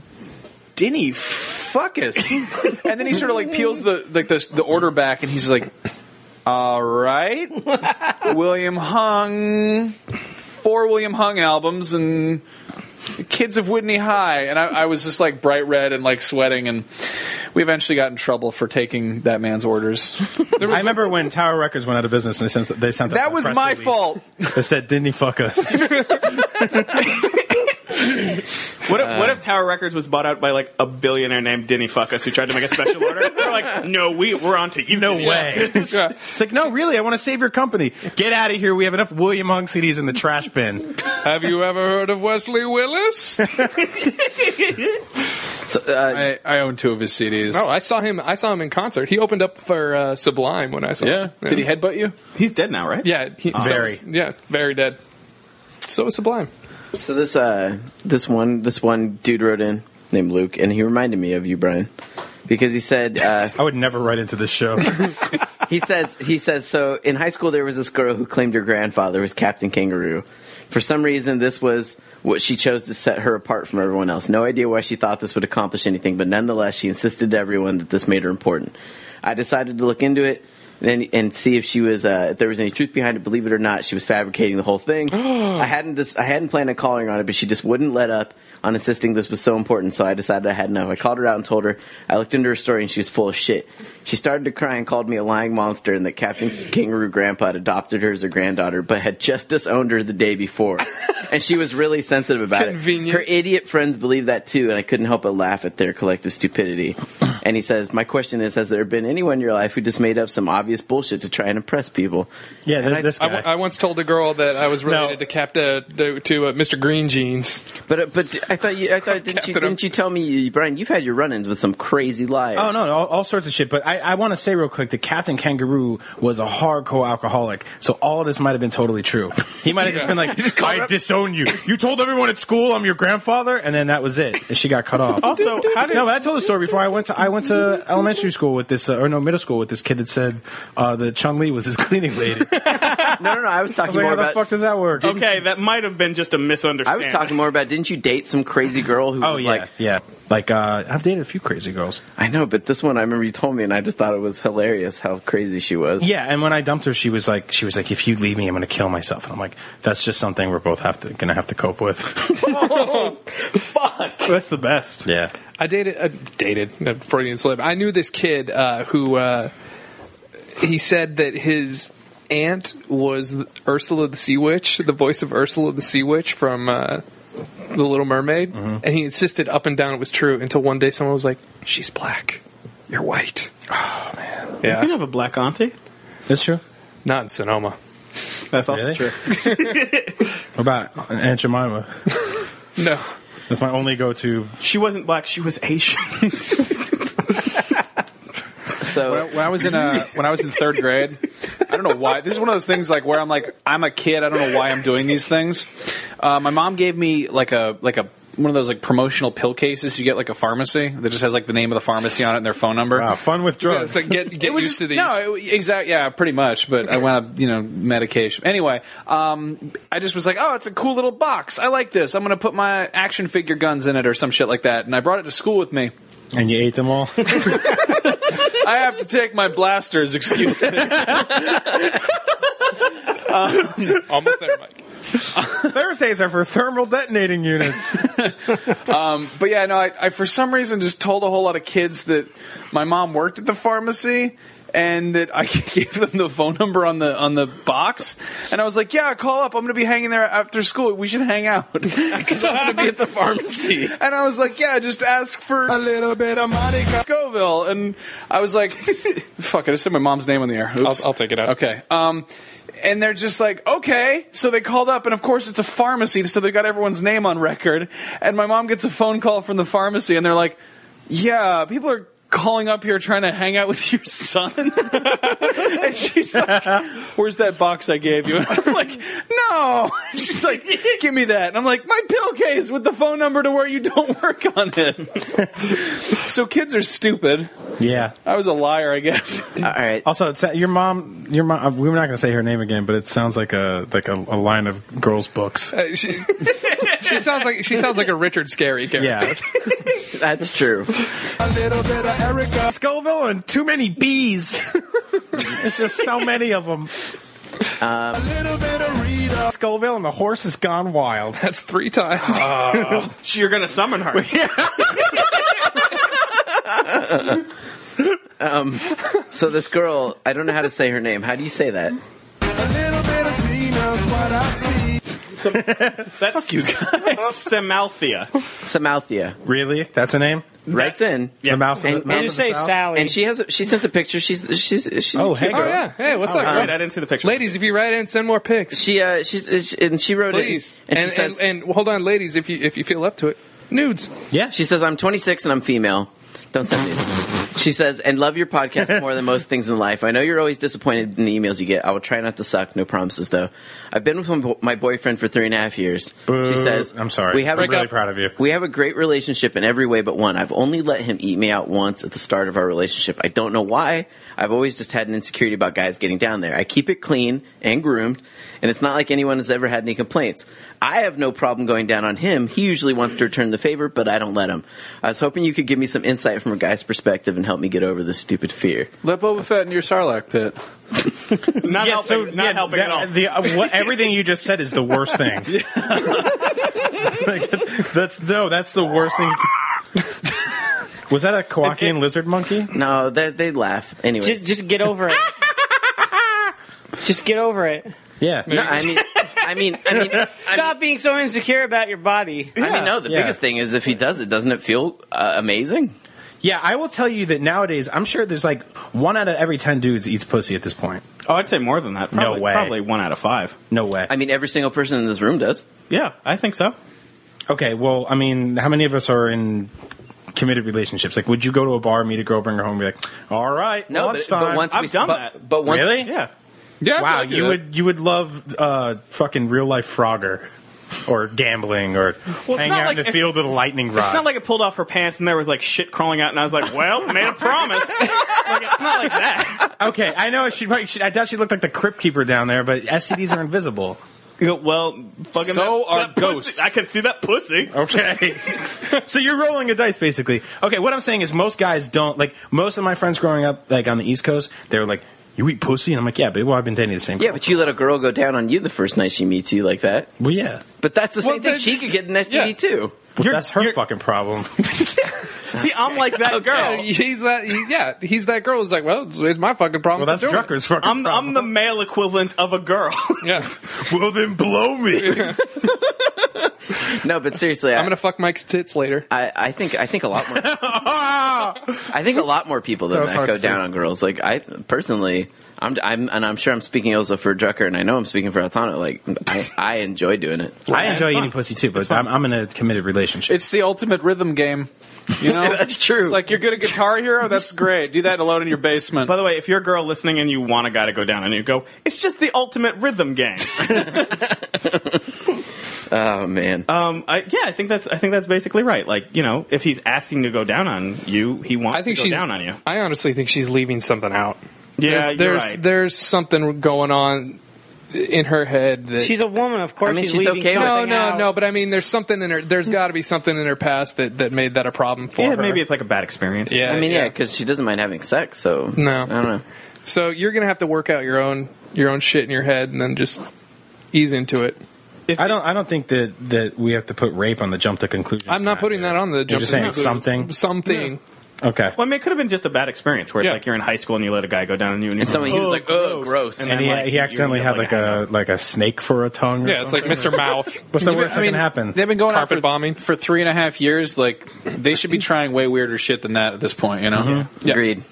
Speaker 1: denny fuckus and then he sort of like peels the like the, the order back and he's like All right. William Hung. Four William Hung albums and Kids of Whitney High. And I, I was just like bright red and like sweating. And we eventually got in trouble for taking that man's orders.
Speaker 2: I remember when Tower Records went out of business and they sent they sent
Speaker 1: That was
Speaker 2: press
Speaker 1: my
Speaker 2: release
Speaker 1: fault.
Speaker 2: That said, didn't he fuck us?
Speaker 4: What
Speaker 1: Uh,
Speaker 4: if, what if Tower Records was bought out by like a billionaire named Denny Fuckus who tried to make a special order? They're like, no, we we're onto you.
Speaker 2: No
Speaker 4: Denny."
Speaker 2: way. It's like, no, really, I want to save your company. Get out of here. We have enough William Hung CDs in the trash bin.
Speaker 7: Have you ever heard of Wesley Willis?
Speaker 3: So, uh,
Speaker 1: I, Oh, I own two of his CDs.
Speaker 7: No, I saw him. I saw him in concert. He opened up for uh, Sublime when I saw.
Speaker 1: yeah.
Speaker 7: him.
Speaker 1: Did he headbutt you?
Speaker 4: He's dead now, right?
Speaker 7: Yeah, he, so
Speaker 2: Very.
Speaker 7: was- yeah, very dead. So was Sublime.
Speaker 3: so this uh, this one this one dude wrote in named Luke, and he reminded me of you, Brian, because he said. Uh,
Speaker 2: I would never write into this show.
Speaker 3: he says he says so in high school there was this girl who claimed her grandfather was captain kangaroo for some reason this was what she chose to set her apart from everyone else no idea why she thought this would accomplish anything but nonetheless she insisted to everyone that this made her important i decided to look into it and, and see if she was uh, if there was any truth behind it. Believe it or not, she was fabricating the whole thing. I hadn't dis- I hadn't planned on calling her on it, but she just wouldn't let up on insisting this was so important. So I decided I had enough. I called her out and told her I looked into her story and she was full of shit. She started to cry and called me a lying monster, and that Captain Kangaroo Grandpa had adopted her as her granddaughter, but had just disowned her the day before. and she was really sensitive about it.
Speaker 7: Convenient.
Speaker 3: Her idiot friends believe that too, and I couldn't help but laugh at their collective stupidity. And he says, "My question is, has there been anyone in your life who just made up some obvious bullshit to try and impress people?"
Speaker 2: yeah, th- this
Speaker 7: I,
Speaker 2: guy.
Speaker 7: w- I once told a girl that I was related
Speaker 2: No.
Speaker 7: to Cap uh, to, to uh, Mr. Green Jeans.
Speaker 3: But uh, but I thought you I thought didn't you
Speaker 7: Captain, I'm-
Speaker 3: didn't you tell me, Brian? You've had your run-ins with some crazy liars.
Speaker 2: Oh no, all, all sorts of shit. But I, I want to say real quick that Captain Kangaroo was a hardcore alcoholic, so all of this might have been totally true. He might have just been like, "I disown you. You told everyone at school I'm your grandfather," and then that was it. And she got cut off.
Speaker 4: Also, how did
Speaker 2: no, but I told the story before. I went to I went to elementary school with this, uh, or no, middle school with this kid that said uh, that Chun Li was his cleaning lady. I
Speaker 3: no, no, no! I was talking
Speaker 2: was like,
Speaker 3: more
Speaker 2: how the
Speaker 3: about.
Speaker 2: fuck does that work?
Speaker 4: okay, that might have been just a
Speaker 3: I
Speaker 4: misunderstanding.
Speaker 3: was talking more about. Didn't you date some crazy girl who?
Speaker 2: Oh
Speaker 3: was
Speaker 2: yeah,
Speaker 3: like,
Speaker 2: yeah. Like uh, I've dated a few crazy girls.
Speaker 3: I know, but this one I remember you told me, and I just thought it was hilarious how crazy she was.
Speaker 2: Yeah, and when I dumped her, she was like, she was like, if you leave me, I'm gonna kill myself. And I'm like, that's just something we're both have to gonna have to cope with.
Speaker 4: That's the best.
Speaker 2: yeah,
Speaker 7: I dated, uh, dated uh, Freudian slip. I knew this kid uh, who uh, he said that his aunt was Ursula the Sea Witch, the voice of Ursula the Sea Witch from uh, The Little Mermaid,
Speaker 1: Mm-hmm.
Speaker 7: and he insisted up and down it was true until one day someone was like, "She's black, you're white." Oh
Speaker 4: You can
Speaker 7: man, yeah,
Speaker 4: have a black auntie.
Speaker 2: that's true.
Speaker 7: not in Sonoma.
Speaker 4: That's also
Speaker 2: Really?
Speaker 4: true.
Speaker 2: What about Aunt Jemima?
Speaker 7: No,
Speaker 2: That's my only go-to.
Speaker 4: She wasn't black. She was Asian.
Speaker 1: When I,
Speaker 3: So
Speaker 1: when I was in uh when I was in third grade, I don't know why. This is one of those things like where I'm like I'm a kid. I don't know why I'm doing these things. Uh, my mom gave me like a like a one of those like promotional pill cases you get like a pharmacy that just has like the name of the pharmacy on it and their phone number.
Speaker 2: Wow, Ah, fun with
Speaker 7: So
Speaker 2: drugs.
Speaker 7: it's like get get
Speaker 1: It was
Speaker 7: used
Speaker 1: just-
Speaker 7: to these.
Speaker 1: No, exactly. Yeah, pretty much. But I went up, you know, medication. Anyway, um, I just was like, oh, it's a cool little box. I like this. I'm going to put my action figure guns in it or some shit like that. And I brought it to school with me.
Speaker 2: and you ate them all.
Speaker 1: I have to take my blasters. Excuse me.
Speaker 7: Almost there, Mike.
Speaker 2: Thursdays are for thermal detonating units.
Speaker 1: But yeah, no, I, I for some reason just told a whole lot of kids that my mom worked at the pharmacy and that I gave them the phone number on the on the box. And I was like, "Yeah, call up. I'm going to be hanging there after school. We should hang out." so I'm going to be at the pharmacy. And I was like, "Yeah, just ask for
Speaker 9: A little bit of Monica.
Speaker 1: Scoville." And I was like, "Fuck it, I said my mom's name on the air." Oops.
Speaker 7: I'll take it out.
Speaker 1: Okay. Um and they're just like, okay. So they called up, and of course, it's a pharmacy, so they've got everyone's name on record. And my mom gets a phone call from the pharmacy, and they're like, yeah, people are calling up here trying to hang out with your son. and she's like, where's that box I gave you? And I'm like, no. She's like, give me that. And I'm like, my pill case with the phone number to where you don't work on it. so kids are stupid.
Speaker 2: yeah.
Speaker 1: I was a liar, I guess.
Speaker 3: all right,
Speaker 2: Also, it's, your mom, your mom. We were not gonna say her name again, but it sounds like a like a, a line of girls' books.
Speaker 7: Uh, she, she sounds like she sounds like a Richard Scary character.
Speaker 2: Yeah,
Speaker 3: that's true.
Speaker 9: A little bit of Erica.
Speaker 2: Scoville and too many bees. it's just so many of them.
Speaker 9: A little bit of Rita.
Speaker 2: Scoville and the horse has gone wild.
Speaker 7: That's three times.
Speaker 4: You're gonna summon her.
Speaker 3: So this girl, I don't know how to say her name. How do you say that?
Speaker 9: A little bit of Tina's what I see.
Speaker 4: That's you Samalthea.
Speaker 3: Samalthea
Speaker 2: Really? That's a name?
Speaker 3: writes in.
Speaker 2: The mouse of the,
Speaker 3: And-
Speaker 2: Mouse
Speaker 5: You
Speaker 3: and
Speaker 2: of
Speaker 5: just
Speaker 2: the
Speaker 5: say
Speaker 2: South?
Speaker 5: Sally.
Speaker 3: And she has. A, she sent a picture. She's she's she's. a
Speaker 2: Oh,
Speaker 3: cute
Speaker 2: hey,
Speaker 7: Oh
Speaker 3: girl.
Speaker 7: yeah. Hey, what's up, girl?
Speaker 4: Right, I didn't see the picture.
Speaker 7: ladies? If you write in, send more pics,
Speaker 3: She uh she's uh, she- and she wrote
Speaker 7: please.
Speaker 3: it and,
Speaker 7: and,
Speaker 3: she says
Speaker 7: and, and hold on, ladies, if you if you feel up to it, nudes.
Speaker 2: Yeah.
Speaker 3: she says I'm 26 and I'm female. Don't send these. She says, and love your podcast more than most things in life. I know you're always disappointed in the emails you get. I will try not to suck. No promises, though. I've been with my bo- my boyfriend for three and a half years.
Speaker 2: Boo.
Speaker 3: She says,
Speaker 2: I'm sorry.
Speaker 3: We have
Speaker 2: I'm
Speaker 3: a
Speaker 2: really
Speaker 7: up.
Speaker 2: proud of you.
Speaker 3: We have a great relationship in every way but one. I've only let him eat me out once at the start of our relationship. I don't know why. I've always just had an insecurity about guys getting down there. I keep it clean and groomed, and it's not like anyone has ever had any complaints. I have no problem going down on him. He usually wants to return the favor, but I don't let him. I was hoping you could give me some insight from a guy's perspective and help me get over this stupid fear.
Speaker 6: Let Boba Fett in your Sarlacc pit.
Speaker 4: Not helping. not
Speaker 2: yeah,
Speaker 4: helping
Speaker 2: that-
Speaker 4: at all.
Speaker 2: The, uh, what, everything you just said is the worst thing. Like, that's, that's- no, that's the worst thing. Was that a Kowakian lizard monkey?
Speaker 3: No, they, they laugh. Anyway.
Speaker 5: just, just get over it. just get over it.
Speaker 2: Yeah.
Speaker 3: no, I mean, I mean, I mean, I mean,
Speaker 5: Stop being so insecure about your body.
Speaker 3: I mean, no, the
Speaker 2: Yeah.
Speaker 3: biggest thing is if he does it, doesn't it feel uh, amazing?
Speaker 2: Yeah, I will tell you that nowadays, I'm sure there's like one out of every ten dudes eats pussy at this point.
Speaker 4: Oh, I'd say more than that. Probably,
Speaker 2: way.
Speaker 4: Probably one out of five.
Speaker 2: No way.
Speaker 3: I mean, every single person in this room does.
Speaker 4: Yeah, I think so.
Speaker 2: okay, well, I mean, how many of us are in committed relationships? Like, would you go to a bar, meet a girl, bring her home, and be like, "All right,
Speaker 3: No, but,
Speaker 2: lunchtime."
Speaker 3: but once
Speaker 4: I've
Speaker 3: we
Speaker 4: done
Speaker 3: but,
Speaker 4: that.
Speaker 3: but once
Speaker 2: really?
Speaker 4: Yeah.
Speaker 7: Yeah,
Speaker 2: Wow,
Speaker 7: I'd do
Speaker 2: you
Speaker 7: that.
Speaker 2: would you would love uh, fucking real life Frogger, or gambling, or
Speaker 4: Well, it's
Speaker 2: hanging
Speaker 4: not
Speaker 2: out
Speaker 4: like-
Speaker 2: in the
Speaker 4: it's-
Speaker 2: field with a lightning rod.
Speaker 4: It's not like it pulled off her pants and there was like shit crawling out, and I was like, "Well, made a promise." like, it's not like that.
Speaker 2: okay, I know she, probably, she. I doubt she looked like the crypt keeper down there, but STDs are invisible.
Speaker 4: You go, well, fucking
Speaker 6: So
Speaker 4: that,
Speaker 6: are
Speaker 4: that pussy.
Speaker 6: ghosts.
Speaker 4: I can see that pussy.
Speaker 2: Okay. so you're rolling a dice basically. Okay, what I'm saying is most guys don't like most of my friends growing up like on the East Coast, they were like, You eat pussy? And I'm like, Yeah, but well I've been dating the same
Speaker 3: yeah,
Speaker 2: girl
Speaker 3: but
Speaker 2: for-
Speaker 3: you let a girl go down on you the first night she meets you like that.
Speaker 2: Well yeah.
Speaker 3: But that's the same
Speaker 7: Well,
Speaker 3: thing.
Speaker 7: then-
Speaker 3: she could get an STD
Speaker 7: yeah.
Speaker 3: too.
Speaker 2: Well,
Speaker 4: You're-
Speaker 2: that's her
Speaker 4: you're-
Speaker 2: fucking problem.
Speaker 4: See, I'm like that
Speaker 7: Yeah,
Speaker 4: girl.
Speaker 7: he's that. He, yeah, he's that girl. Who's like, well, it's, it's my fucking problem.
Speaker 2: Well that's
Speaker 7: for doing it.
Speaker 2: Drucker's fucking
Speaker 4: I'm I'm the
Speaker 2: problem.
Speaker 4: male equivalent of a girl.
Speaker 7: Yeah,
Speaker 2: Well then blow me.
Speaker 3: No, but seriously, I,
Speaker 7: I'm gonna fuck Mike's tits later.
Speaker 3: I, I think I think a lot more. I think a lot more people than
Speaker 2: That
Speaker 3: that,
Speaker 2: was hard
Speaker 3: go
Speaker 2: to say.
Speaker 3: down on girls. Like I personally, I'm, I'm and I'm sure I'm speaking also for Drucker, and I know I'm speaking for Altano. Like I, I enjoy doing it.
Speaker 2: I enjoy
Speaker 4: it's
Speaker 2: eating
Speaker 4: fine.
Speaker 2: pussy too, but I'm, I'm in a committed relationship.
Speaker 6: It's the ultimate rhythm game. You know,
Speaker 3: That's true.
Speaker 6: It's like you're good at Guitar Hero. That's great. Do that alone in your basement.
Speaker 4: By the way, if you're a girl listening and you want a guy to go down on you, go. It's just the ultimate rhythm game.
Speaker 3: Oh man,
Speaker 4: Um, I, yeah, I think that's I think that's basically right. Like, you know, if he's asking to go down on you, he wants
Speaker 7: I think
Speaker 4: to go
Speaker 7: she's
Speaker 4: down on you.
Speaker 7: I honestly think she's leaving something out.
Speaker 4: Yeah,
Speaker 7: there's
Speaker 4: you're
Speaker 7: there's,
Speaker 4: right.
Speaker 7: there's something going on in her head that
Speaker 5: She's a woman, of course.
Speaker 3: I mean,
Speaker 5: she's,
Speaker 3: she's
Speaker 5: leaving
Speaker 3: okay with
Speaker 7: no,
Speaker 5: something
Speaker 7: no,
Speaker 5: out.
Speaker 7: no. But I mean, there's something in her. There's got to be something in her past that that made that a problem for her.
Speaker 4: yeah, maybe it's like a bad experience.
Speaker 7: Yeah,
Speaker 3: I mean, yeah, because she doesn't mind having sex, so
Speaker 7: No.
Speaker 3: I don't know.
Speaker 7: So you're gonna have to work out your own your own shit in your head and then just ease into it.
Speaker 2: I don't I don't think that, that we have to put rape on the jump to conclusion.
Speaker 7: I'm not putting that on the
Speaker 2: You're
Speaker 7: jump.
Speaker 2: just
Speaker 7: to
Speaker 2: saying
Speaker 7: conclusions.
Speaker 2: something.
Speaker 7: Something.
Speaker 2: Okay.
Speaker 4: Well, I mean, it could have been just a bad experience where it's
Speaker 7: Yeah.
Speaker 4: like you're in high school and you let a guy go down on you, and, you're
Speaker 3: And someone he was
Speaker 4: "Oh,
Speaker 3: like, oh, gross.
Speaker 4: And
Speaker 2: And he,
Speaker 4: like,
Speaker 2: he
Speaker 4: you
Speaker 2: accidentally
Speaker 4: end
Speaker 2: had
Speaker 4: up
Speaker 2: like
Speaker 4: like a-
Speaker 2: a like a snake for a tongue. Or
Speaker 7: Yeah, it's like
Speaker 2: something.
Speaker 7: Mr. Mouth.
Speaker 2: What's the worst that can happen?
Speaker 6: They've been going out
Speaker 7: Carpet
Speaker 6: for,
Speaker 7: bombing.
Speaker 6: for three and a half years. Like they should be trying way weirder shit than that at this point. You know.
Speaker 7: Yeah.
Speaker 3: Mm-hmm. Agreed.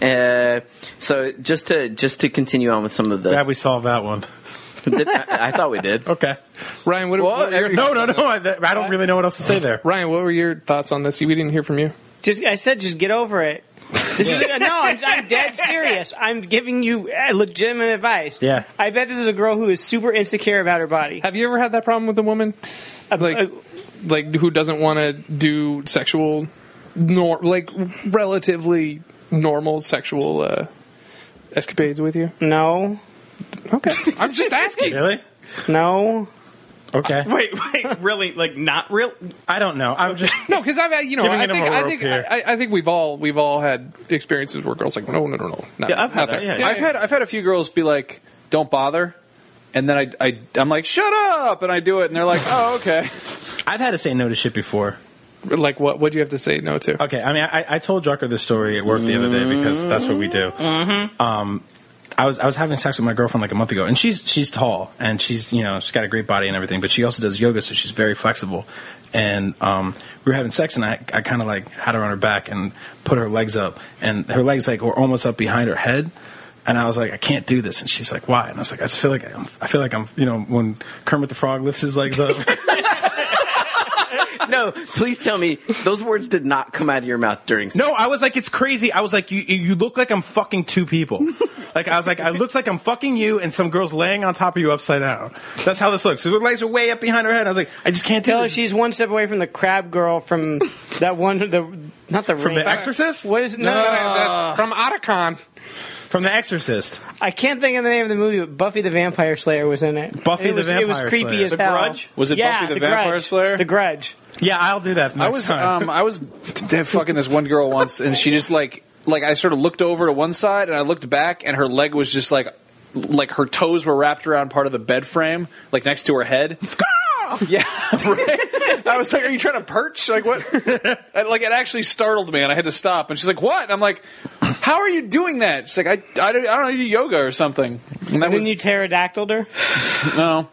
Speaker 3: Uh, so just to just to continue on with some of
Speaker 2: Glad
Speaker 3: this,
Speaker 2: we solved that one.
Speaker 3: I, I thought we did.
Speaker 2: Okay.
Speaker 7: Ryan, what, what were your,
Speaker 2: No, no, no. I, that- I don't really know what else to say there.
Speaker 7: Ryan, what were your thoughts on this? We didn't hear from you.
Speaker 5: Just I said, just get over it. This is, no, I'm, I'm dead serious. I'm giving you uh, legitimate advice.
Speaker 2: Yeah.
Speaker 5: I bet this is a girl who is super insecure about her body.
Speaker 7: Have you ever had that problem with a woman, like
Speaker 5: uh,
Speaker 7: like who doesn't want to do sexual, nor like relatively normal sexual uh, escapades with you?
Speaker 5: No,
Speaker 7: Okay, I'm just asking.
Speaker 2: Really?
Speaker 5: no.
Speaker 2: Okay.
Speaker 4: "Oh, Wait, wait, really? Like not real?
Speaker 2: I don't know. I'm just.
Speaker 7: No, because I've had- you know
Speaker 2: Giving
Speaker 7: I
Speaker 2: it a
Speaker 7: think I
Speaker 2: rope
Speaker 7: think
Speaker 2: here.
Speaker 7: I, I think we've all we've all had experiences where girls like no no no no not,
Speaker 4: Yeah, I've had
Speaker 7: not
Speaker 4: that,
Speaker 7: there.
Speaker 4: yeah.
Speaker 6: I've had I've had a few girls be like, "Don't bother," and then I, I I'm like, "Shut up!" and I do it, and they're like, "Oh, okay."
Speaker 2: I've had to say no to shit before.
Speaker 7: like what what do you have to say no
Speaker 2: Uh,
Speaker 7: to?
Speaker 2: Okay. I mean, I, I told Drucker this story at work the other day because that's what we do. Um, I was I was having sex with my girlfriend like a month ago, and she's she's tall and she's you know she's got a great body and everything, but she also does yoga, so she's very flexible. And um, we were having sex, and I I kind of like had her on her back and put her legs up, and her legs like were almost up behind her head. And I was like, I can't do this. And she's like, Why? And I was like, I just feel like I'm, I feel like I'm, you know, when Kermit the Frog lifts his legs up.
Speaker 3: No, please tell me those words did not come out of your mouth during.
Speaker 2: No, I was like, it's crazy. I was like, you, you look like I'm fucking two people. like I was like, I looks like I'm fucking you and some girls laying on top of you upside down. That's how this looks. Her legs are way up behind her head. I was like, I just can't do
Speaker 5: Tell her
Speaker 2: this.
Speaker 5: she's one step away from the crab girl from that one, the not the ring.
Speaker 2: From The Exorcist?
Speaker 5: What is it? No, no, no, no, no.
Speaker 1: Uh.
Speaker 7: from Otacon.
Speaker 2: From The Exorcist.
Speaker 5: I can't think of the name of the movie, but Buffy the Vampire Slayer was in it.
Speaker 2: Buffy
Speaker 5: it
Speaker 2: the
Speaker 5: was, It was
Speaker 2: Vampire
Speaker 5: creepy
Speaker 2: Slayer.
Speaker 5: as
Speaker 2: The
Speaker 5: hell.
Speaker 4: Grudge?
Speaker 1: Was it
Speaker 5: yeah,
Speaker 1: Buffy the
Speaker 5: Grudge.
Speaker 1: Vampire Slayer?
Speaker 5: The Grudge.
Speaker 2: Yeah, I'll do that next
Speaker 1: I was
Speaker 2: time.
Speaker 1: um, I was d- fucking this one girl once, and she just like like I sort of looked over to one side, and I looked back, and her leg was just like like her toes were wrapped around part of the bed frame, like next to her head. Yeah, right. I was like, "Are you trying to perch?" Like what? I, like it actually startled me, and I had to stop. And she's like, "What?" And I'm like, "How are you doing that?" She's like, "I, I, don't, I don't know, you do yoga or something." And that
Speaker 5: When
Speaker 1: was
Speaker 5: you pterodactyled her?
Speaker 1: no.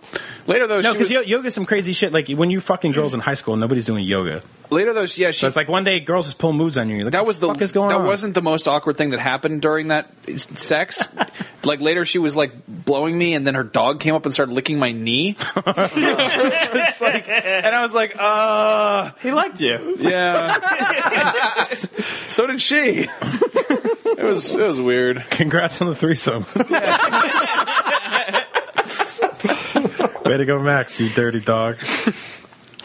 Speaker 1: Later though,
Speaker 2: No,
Speaker 1: she
Speaker 2: because
Speaker 1: was,
Speaker 2: yo- yoga's some crazy shit. Like when you fucking girls in high school, nobody's doing yoga.
Speaker 1: later though, she- yeah, she
Speaker 2: So it's like one day girls just pull moves on you. You're like,
Speaker 1: That was the
Speaker 2: fuck is going
Speaker 1: that
Speaker 2: on?
Speaker 1: wasn't the most awkward thing that happened during that s- sex. like later, she was like blowing me, and then her dog came up and started licking my knee. It was just like- and I was like, uh,
Speaker 4: He liked you.
Speaker 1: yeah. so did she. it was it was weird.
Speaker 2: Congrats on the threesome. Way to go, Max, you dirty dog.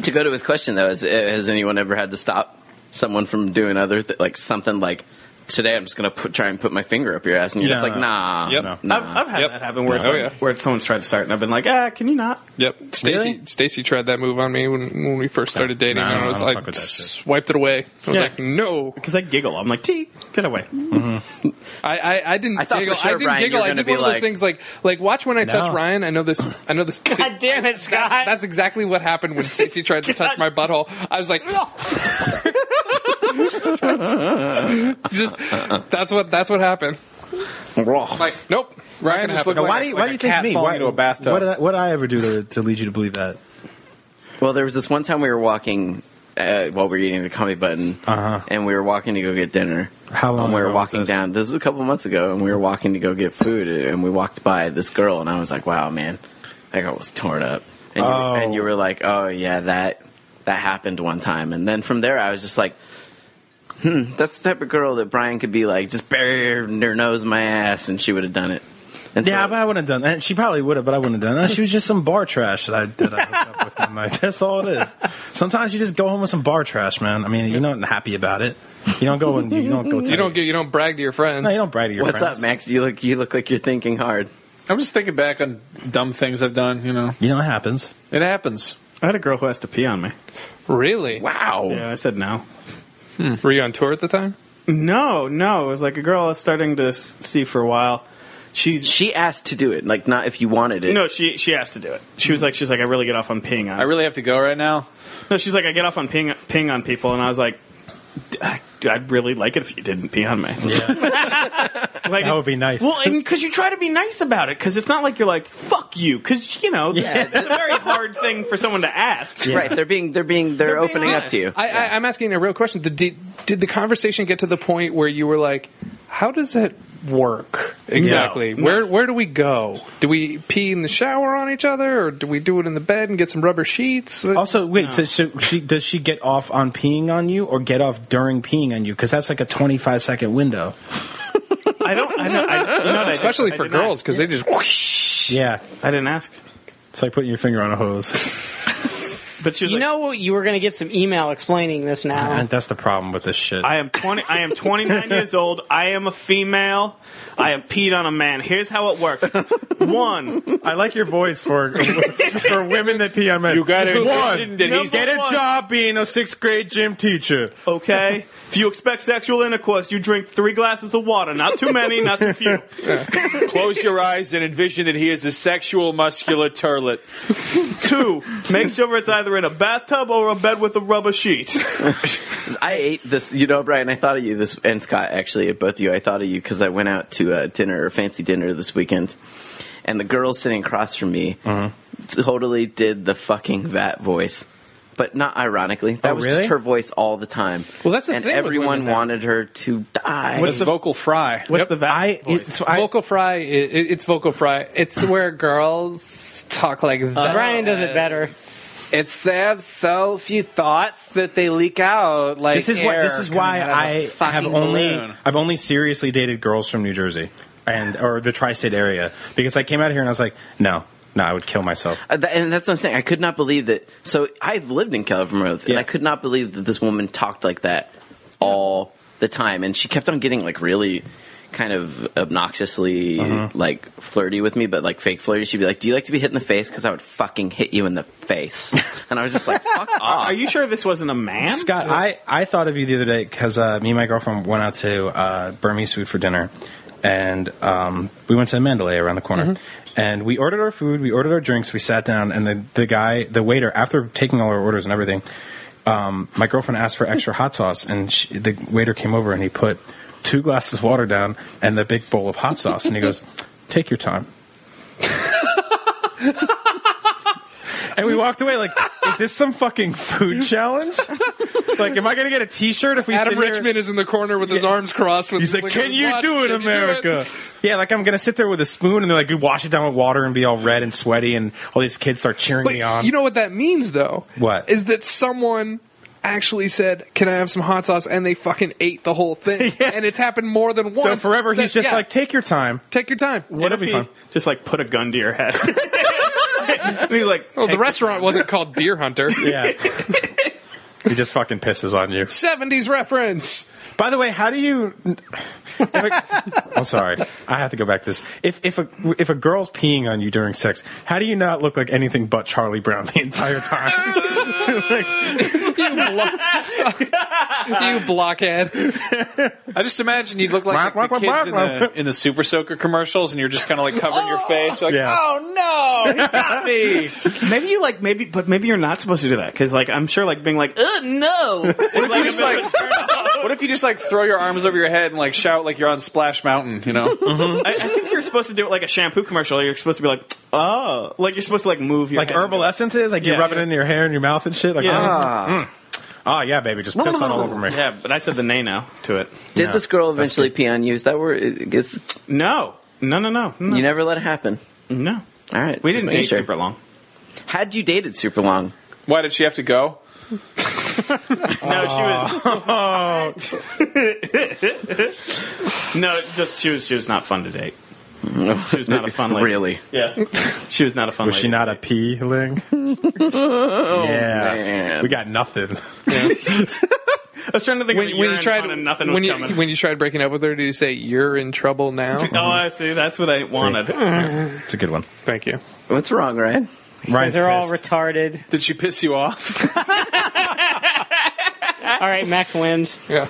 Speaker 3: To go to his question though, is, uh, has anyone ever had to stop someone from doing other th- like something like today? I'm just gonna put, try and put my finger up your ass, and you're just
Speaker 2: No.
Speaker 3: like, nah,
Speaker 7: Yep.
Speaker 2: No.
Speaker 3: nah.
Speaker 4: I've, I've had
Speaker 7: Yep.
Speaker 4: that happen where it's
Speaker 7: Oh,
Speaker 4: like,
Speaker 7: yeah.
Speaker 4: where someone's tried to start, and I've been like, ah, can you not?
Speaker 7: Yep. Stacy
Speaker 2: Really?
Speaker 7: Stacy tried that move on me when, when we first started dating,
Speaker 2: No,
Speaker 7: and I
Speaker 2: I
Speaker 7: was
Speaker 2: don't fuck
Speaker 7: like,
Speaker 2: with that shit.
Speaker 7: swiped it away. I was
Speaker 4: Yeah.
Speaker 7: like, no.
Speaker 4: Because I giggle. I'm like, T, get away.
Speaker 7: I, I, I didn't
Speaker 3: I thought for
Speaker 7: giggle.
Speaker 3: sure,
Speaker 7: I didn't
Speaker 3: Brian, you
Speaker 7: giggle.
Speaker 3: were
Speaker 7: I
Speaker 3: gonna
Speaker 7: did
Speaker 3: be
Speaker 7: one of
Speaker 3: like-
Speaker 7: those things like like watch when I touch
Speaker 2: No.
Speaker 7: Ryan. I know this. I know this.
Speaker 5: God damn it, Scott.
Speaker 7: That's exactly what happened when Stacy tried to touch my butthole. I was like, just that's what that's what happened. Like, nope.
Speaker 1: Ryan just looked
Speaker 2: Now,
Speaker 1: like
Speaker 2: why
Speaker 1: a-
Speaker 2: do you,
Speaker 1: like
Speaker 2: why
Speaker 1: a
Speaker 2: do you think
Speaker 1: cat
Speaker 2: me?
Speaker 1: falling
Speaker 2: Why,
Speaker 1: into a bathtub.
Speaker 2: What did I, what did I ever do to, to lead you to believe that?
Speaker 3: Well, there was this one time we were walking uh, while we were eating the comedy button,
Speaker 2: Uh-huh.
Speaker 3: and we were walking to go get dinner.
Speaker 2: How long
Speaker 3: And we were
Speaker 2: ago was
Speaker 3: walking
Speaker 2: this?
Speaker 3: down. This was a couple months ago, and we were walking to go get food, and we walked by this girl, and I was like, "Wow, man, that girl was torn up." And you,
Speaker 2: Oh.
Speaker 3: and you were like, "Oh yeah, that that happened one time." And then from there, I was just like. Hmm, that's the type of girl that Brian could be like, just bury her her nose in my ass, and she would have done it. And
Speaker 2: Yeah,
Speaker 3: so-
Speaker 2: but I wouldn't have done that. She probably would have, but I wouldn't have done that. She was just some bar trash that I, that I hooked up with one night. That's all it is. Sometimes you just go home with some bar trash, man. I mean, you're not happy about it. You don't go and you don't go.
Speaker 7: You don't get, you don't brag to your friends.
Speaker 2: No, you don't brag to your
Speaker 3: what's
Speaker 2: friends.
Speaker 3: up, Max? You look you look like you're thinking hard.
Speaker 1: I'm just thinking back on dumb things I've done. You know,
Speaker 2: You know it happens.
Speaker 1: it happens.
Speaker 4: I had a girl who has to pee on me.
Speaker 7: Really?
Speaker 3: Wow.
Speaker 4: Yeah, I said no.
Speaker 7: Were you on tour at the time?
Speaker 4: No, no. It was like a girl I was starting to s- see for a while. She's
Speaker 3: She asked to do it, like not if you wanted it.
Speaker 4: no, she she asked to do it. She was like, she's like, I really get off on peeing on.
Speaker 1: I really have to go right now.
Speaker 4: no, she's like, I get off on peeing peeing on people, and I was like, D- I- dude, I'd really like it if you didn't pee on me.
Speaker 2: Yeah,
Speaker 4: Like,
Speaker 2: that would be nice.
Speaker 4: Well, and because you try to be nice about it, because it's not like you're like fuck you, because you know
Speaker 3: Yeah.
Speaker 4: that's a very hard thing for someone to ask.
Speaker 3: Right? They're being they're being they're,
Speaker 4: They're being
Speaker 3: opening up
Speaker 4: honest.
Speaker 3: to you.
Speaker 7: I, I, I'm asking a real question. Did, did did the conversation get to the point where you were like, "How does that work exactly?
Speaker 4: No.
Speaker 7: Where where do we go? Do we pee in the shower on each other, or do we do it in the bed and get some rubber sheets?
Speaker 2: also, wait. So, so she does she get off on peeing on you, or get off during peeing on you? Because that's like a twenty-five second window.
Speaker 4: I don't. I don't. I, you know what I did?
Speaker 7: Especially
Speaker 4: I
Speaker 7: for
Speaker 4: didn't
Speaker 7: girls
Speaker 4: ask.
Speaker 7: because they just whoosh.
Speaker 2: Yeah,
Speaker 4: I didn't ask.
Speaker 2: it's like putting your finger on a hose.
Speaker 4: But she was
Speaker 5: you
Speaker 4: like,
Speaker 5: know what? You were going to get some email explaining this now.
Speaker 2: and that's the problem with this shit.
Speaker 4: I am twenty. I am twenty nine years old. I am a female. I have peed on a man. Here's how it works. One,
Speaker 2: I like your voice for for women that pee on men. You
Speaker 1: gotta
Speaker 2: one.
Speaker 1: envision that he's-
Speaker 2: get a
Speaker 4: Number one.
Speaker 2: job being a sixth grade gym teacher.
Speaker 4: okay. If you expect sexual intercourse, you drink three glasses of water. Not too many. Not too few.
Speaker 1: Close your eyes and envision that he is a sexual muscular turlet.
Speaker 4: Two, make sure it's either rather in a bathtub or a bed with a rubber sheet?
Speaker 3: I ate this, you know, Brian. I thought of you this, and Scott actually, both of you. I thought of you because I went out to uh, dinner, a fancy dinner this weekend, and the girl sitting across from me totally did the fucking vat voice, but not ironically. That
Speaker 2: Oh,
Speaker 3: was
Speaker 2: really?
Speaker 3: just her voice all the time.
Speaker 7: Well, that's the
Speaker 3: and
Speaker 7: thing with
Speaker 3: everyone
Speaker 7: women now.
Speaker 3: wanted her to die.
Speaker 1: What's vocal fry?
Speaker 4: What's the vat
Speaker 2: I,
Speaker 4: voice?
Speaker 2: it's, I
Speaker 7: vocal fry. It, it, it's vocal fry. It's where girls talk like that.
Speaker 5: Uh, Brian does it better.
Speaker 6: It's they have so few thoughts that they leak out. Like
Speaker 2: this is why
Speaker 6: air
Speaker 2: this is
Speaker 6: coming
Speaker 2: why
Speaker 6: out of a
Speaker 2: I
Speaker 6: fucking
Speaker 2: have only
Speaker 6: balloon.
Speaker 2: I've only seriously dated girls from New Jersey and or the tri-state area because I came out here and I was like, no, no, I would kill myself.
Speaker 3: Uh, tha- and that's what I'm saying. I could not believe that. So I've lived in California, and
Speaker 2: Yeah.
Speaker 3: I could not believe that this woman talked like that all the time, and she kept on getting like really kind of obnoxiously
Speaker 4: Uh-huh.
Speaker 3: like flirty with me, but like fake flirty. She'd be like, "Do you like to be hit in the face?" Because I would fucking hit you in the face, and I was just like, "Fuck off."
Speaker 4: Are you sure this wasn't a man?
Speaker 2: Scott, I, I thought of you the other day because uh, me and my girlfriend went out to uh, Burmese food for dinner, and um, we went to Mandalay around the corner,
Speaker 7: Mm-hmm.
Speaker 2: and we ordered our food, we ordered our drinks, we sat down, and the the guy, the waiter, after taking all our orders and everything, um, my girlfriend asked for extra hot sauce, and she, the waiter came over and he put two glasses of water down and the big bowl of hot sauce, and he goes, "Take your time." And we walked away like, is this some fucking food challenge? like, am I going to get a T-shirt if we
Speaker 7: Adam
Speaker 2: sit here-
Speaker 7: Richmond is in the corner with his arms crossed. With
Speaker 2: He's
Speaker 7: his
Speaker 2: like,
Speaker 7: fingers
Speaker 2: can you
Speaker 7: watched,
Speaker 2: do it,
Speaker 7: "Can you
Speaker 2: America? Yeah, like I'm going to sit there with a spoon and they're like, wash it down with water and be all red and sweaty, and all these kids start cheering
Speaker 7: But
Speaker 2: me on.
Speaker 7: you know what that means, though.
Speaker 2: What?
Speaker 7: is that? Someone actually said, "Can I have some hot sauce?" And they fucking ate the whole thing.
Speaker 2: Yeah.
Speaker 7: And it's happened more than once.
Speaker 2: so forever he's
Speaker 7: that-
Speaker 2: just
Speaker 7: yeah,
Speaker 2: like, take your time.
Speaker 7: "Take your time."
Speaker 4: What
Speaker 2: That'd
Speaker 4: if
Speaker 2: be
Speaker 4: he
Speaker 2: fun.
Speaker 4: just like put a gun to your head? and he's like,
Speaker 7: Well, the
Speaker 4: "Take
Speaker 7: restaurant wasn't called Deer Hunter.
Speaker 2: Yeah. he just fucking pisses on you.
Speaker 7: Seventies reference.
Speaker 2: By the way, how do you? if a- I'm sorry, I have to go back to this. If if a if a girl's peeing on you during sex, how do you not look like anything but Charlie Brown the entire time?
Speaker 7: You, blo- you blockhead.
Speaker 1: I just imagine you'd look like,
Speaker 2: Wah,
Speaker 1: the
Speaker 2: wah, wah,
Speaker 1: kids in
Speaker 2: wah, wah.
Speaker 1: the in the Super Soaker commercials, and you're just kind of like covering your face, like
Speaker 2: Yeah.
Speaker 1: "Oh no, he got me!"
Speaker 4: your-" Maybe you like maybe, but maybe you're not supposed to do that because like I'm sure like being like, "Ugh, no,
Speaker 1: What if you just like, what if you just like throw your arms over your head and like shout like you're on Splash Mountain, you know?
Speaker 4: I, I think you're supposed to do it like a shampoo commercial. You're supposed to be like, oh, like you're supposed to like move your
Speaker 2: like
Speaker 4: head.
Speaker 2: herbal essences, like you
Speaker 4: Yeah,
Speaker 2: rub it
Speaker 4: yeah.
Speaker 2: into your hair and your mouth and shit. Like,
Speaker 4: Yeah.
Speaker 2: oh, oh, yeah, baby, just piss on all over me.
Speaker 4: Yeah, but I said the nay now to it.
Speaker 3: Did
Speaker 2: Yeah,
Speaker 3: this girl
Speaker 2: that's
Speaker 3: eventually pee on you? Is that where? It gets,
Speaker 4: No, no, no, no, no.
Speaker 3: You never let it happen.
Speaker 4: no.
Speaker 3: All right,
Speaker 4: We
Speaker 3: just
Speaker 4: didn't
Speaker 3: making
Speaker 4: date
Speaker 3: sure.
Speaker 4: super long.
Speaker 3: Had you dated super long?
Speaker 1: Why did she have to go?
Speaker 4: No, she was. no, just she was. She was not fun to date. She was not a fun lady.
Speaker 3: Really?
Speaker 4: Yeah, she was not a fun.
Speaker 2: Was she
Speaker 4: lady.
Speaker 2: not a pee ling? yeah,
Speaker 3: man.
Speaker 2: we got nothing.
Speaker 4: I was trying to think
Speaker 7: When,
Speaker 4: of
Speaker 7: when
Speaker 4: a year
Speaker 7: you
Speaker 4: in
Speaker 7: tried
Speaker 4: fun and nothing
Speaker 7: when
Speaker 4: was
Speaker 7: you,
Speaker 4: coming.
Speaker 7: when you tried breaking up with her, did you say you're in trouble now?
Speaker 4: oh, I see. That's what I wanted.
Speaker 2: It's a good one.
Speaker 7: Thank you.
Speaker 3: What's wrong, Ryan?
Speaker 2: Ryan's
Speaker 5: They're all
Speaker 2: pissed.
Speaker 5: retarded.
Speaker 1: Did she piss you off?
Speaker 5: All right, Max wins.
Speaker 7: Yeah.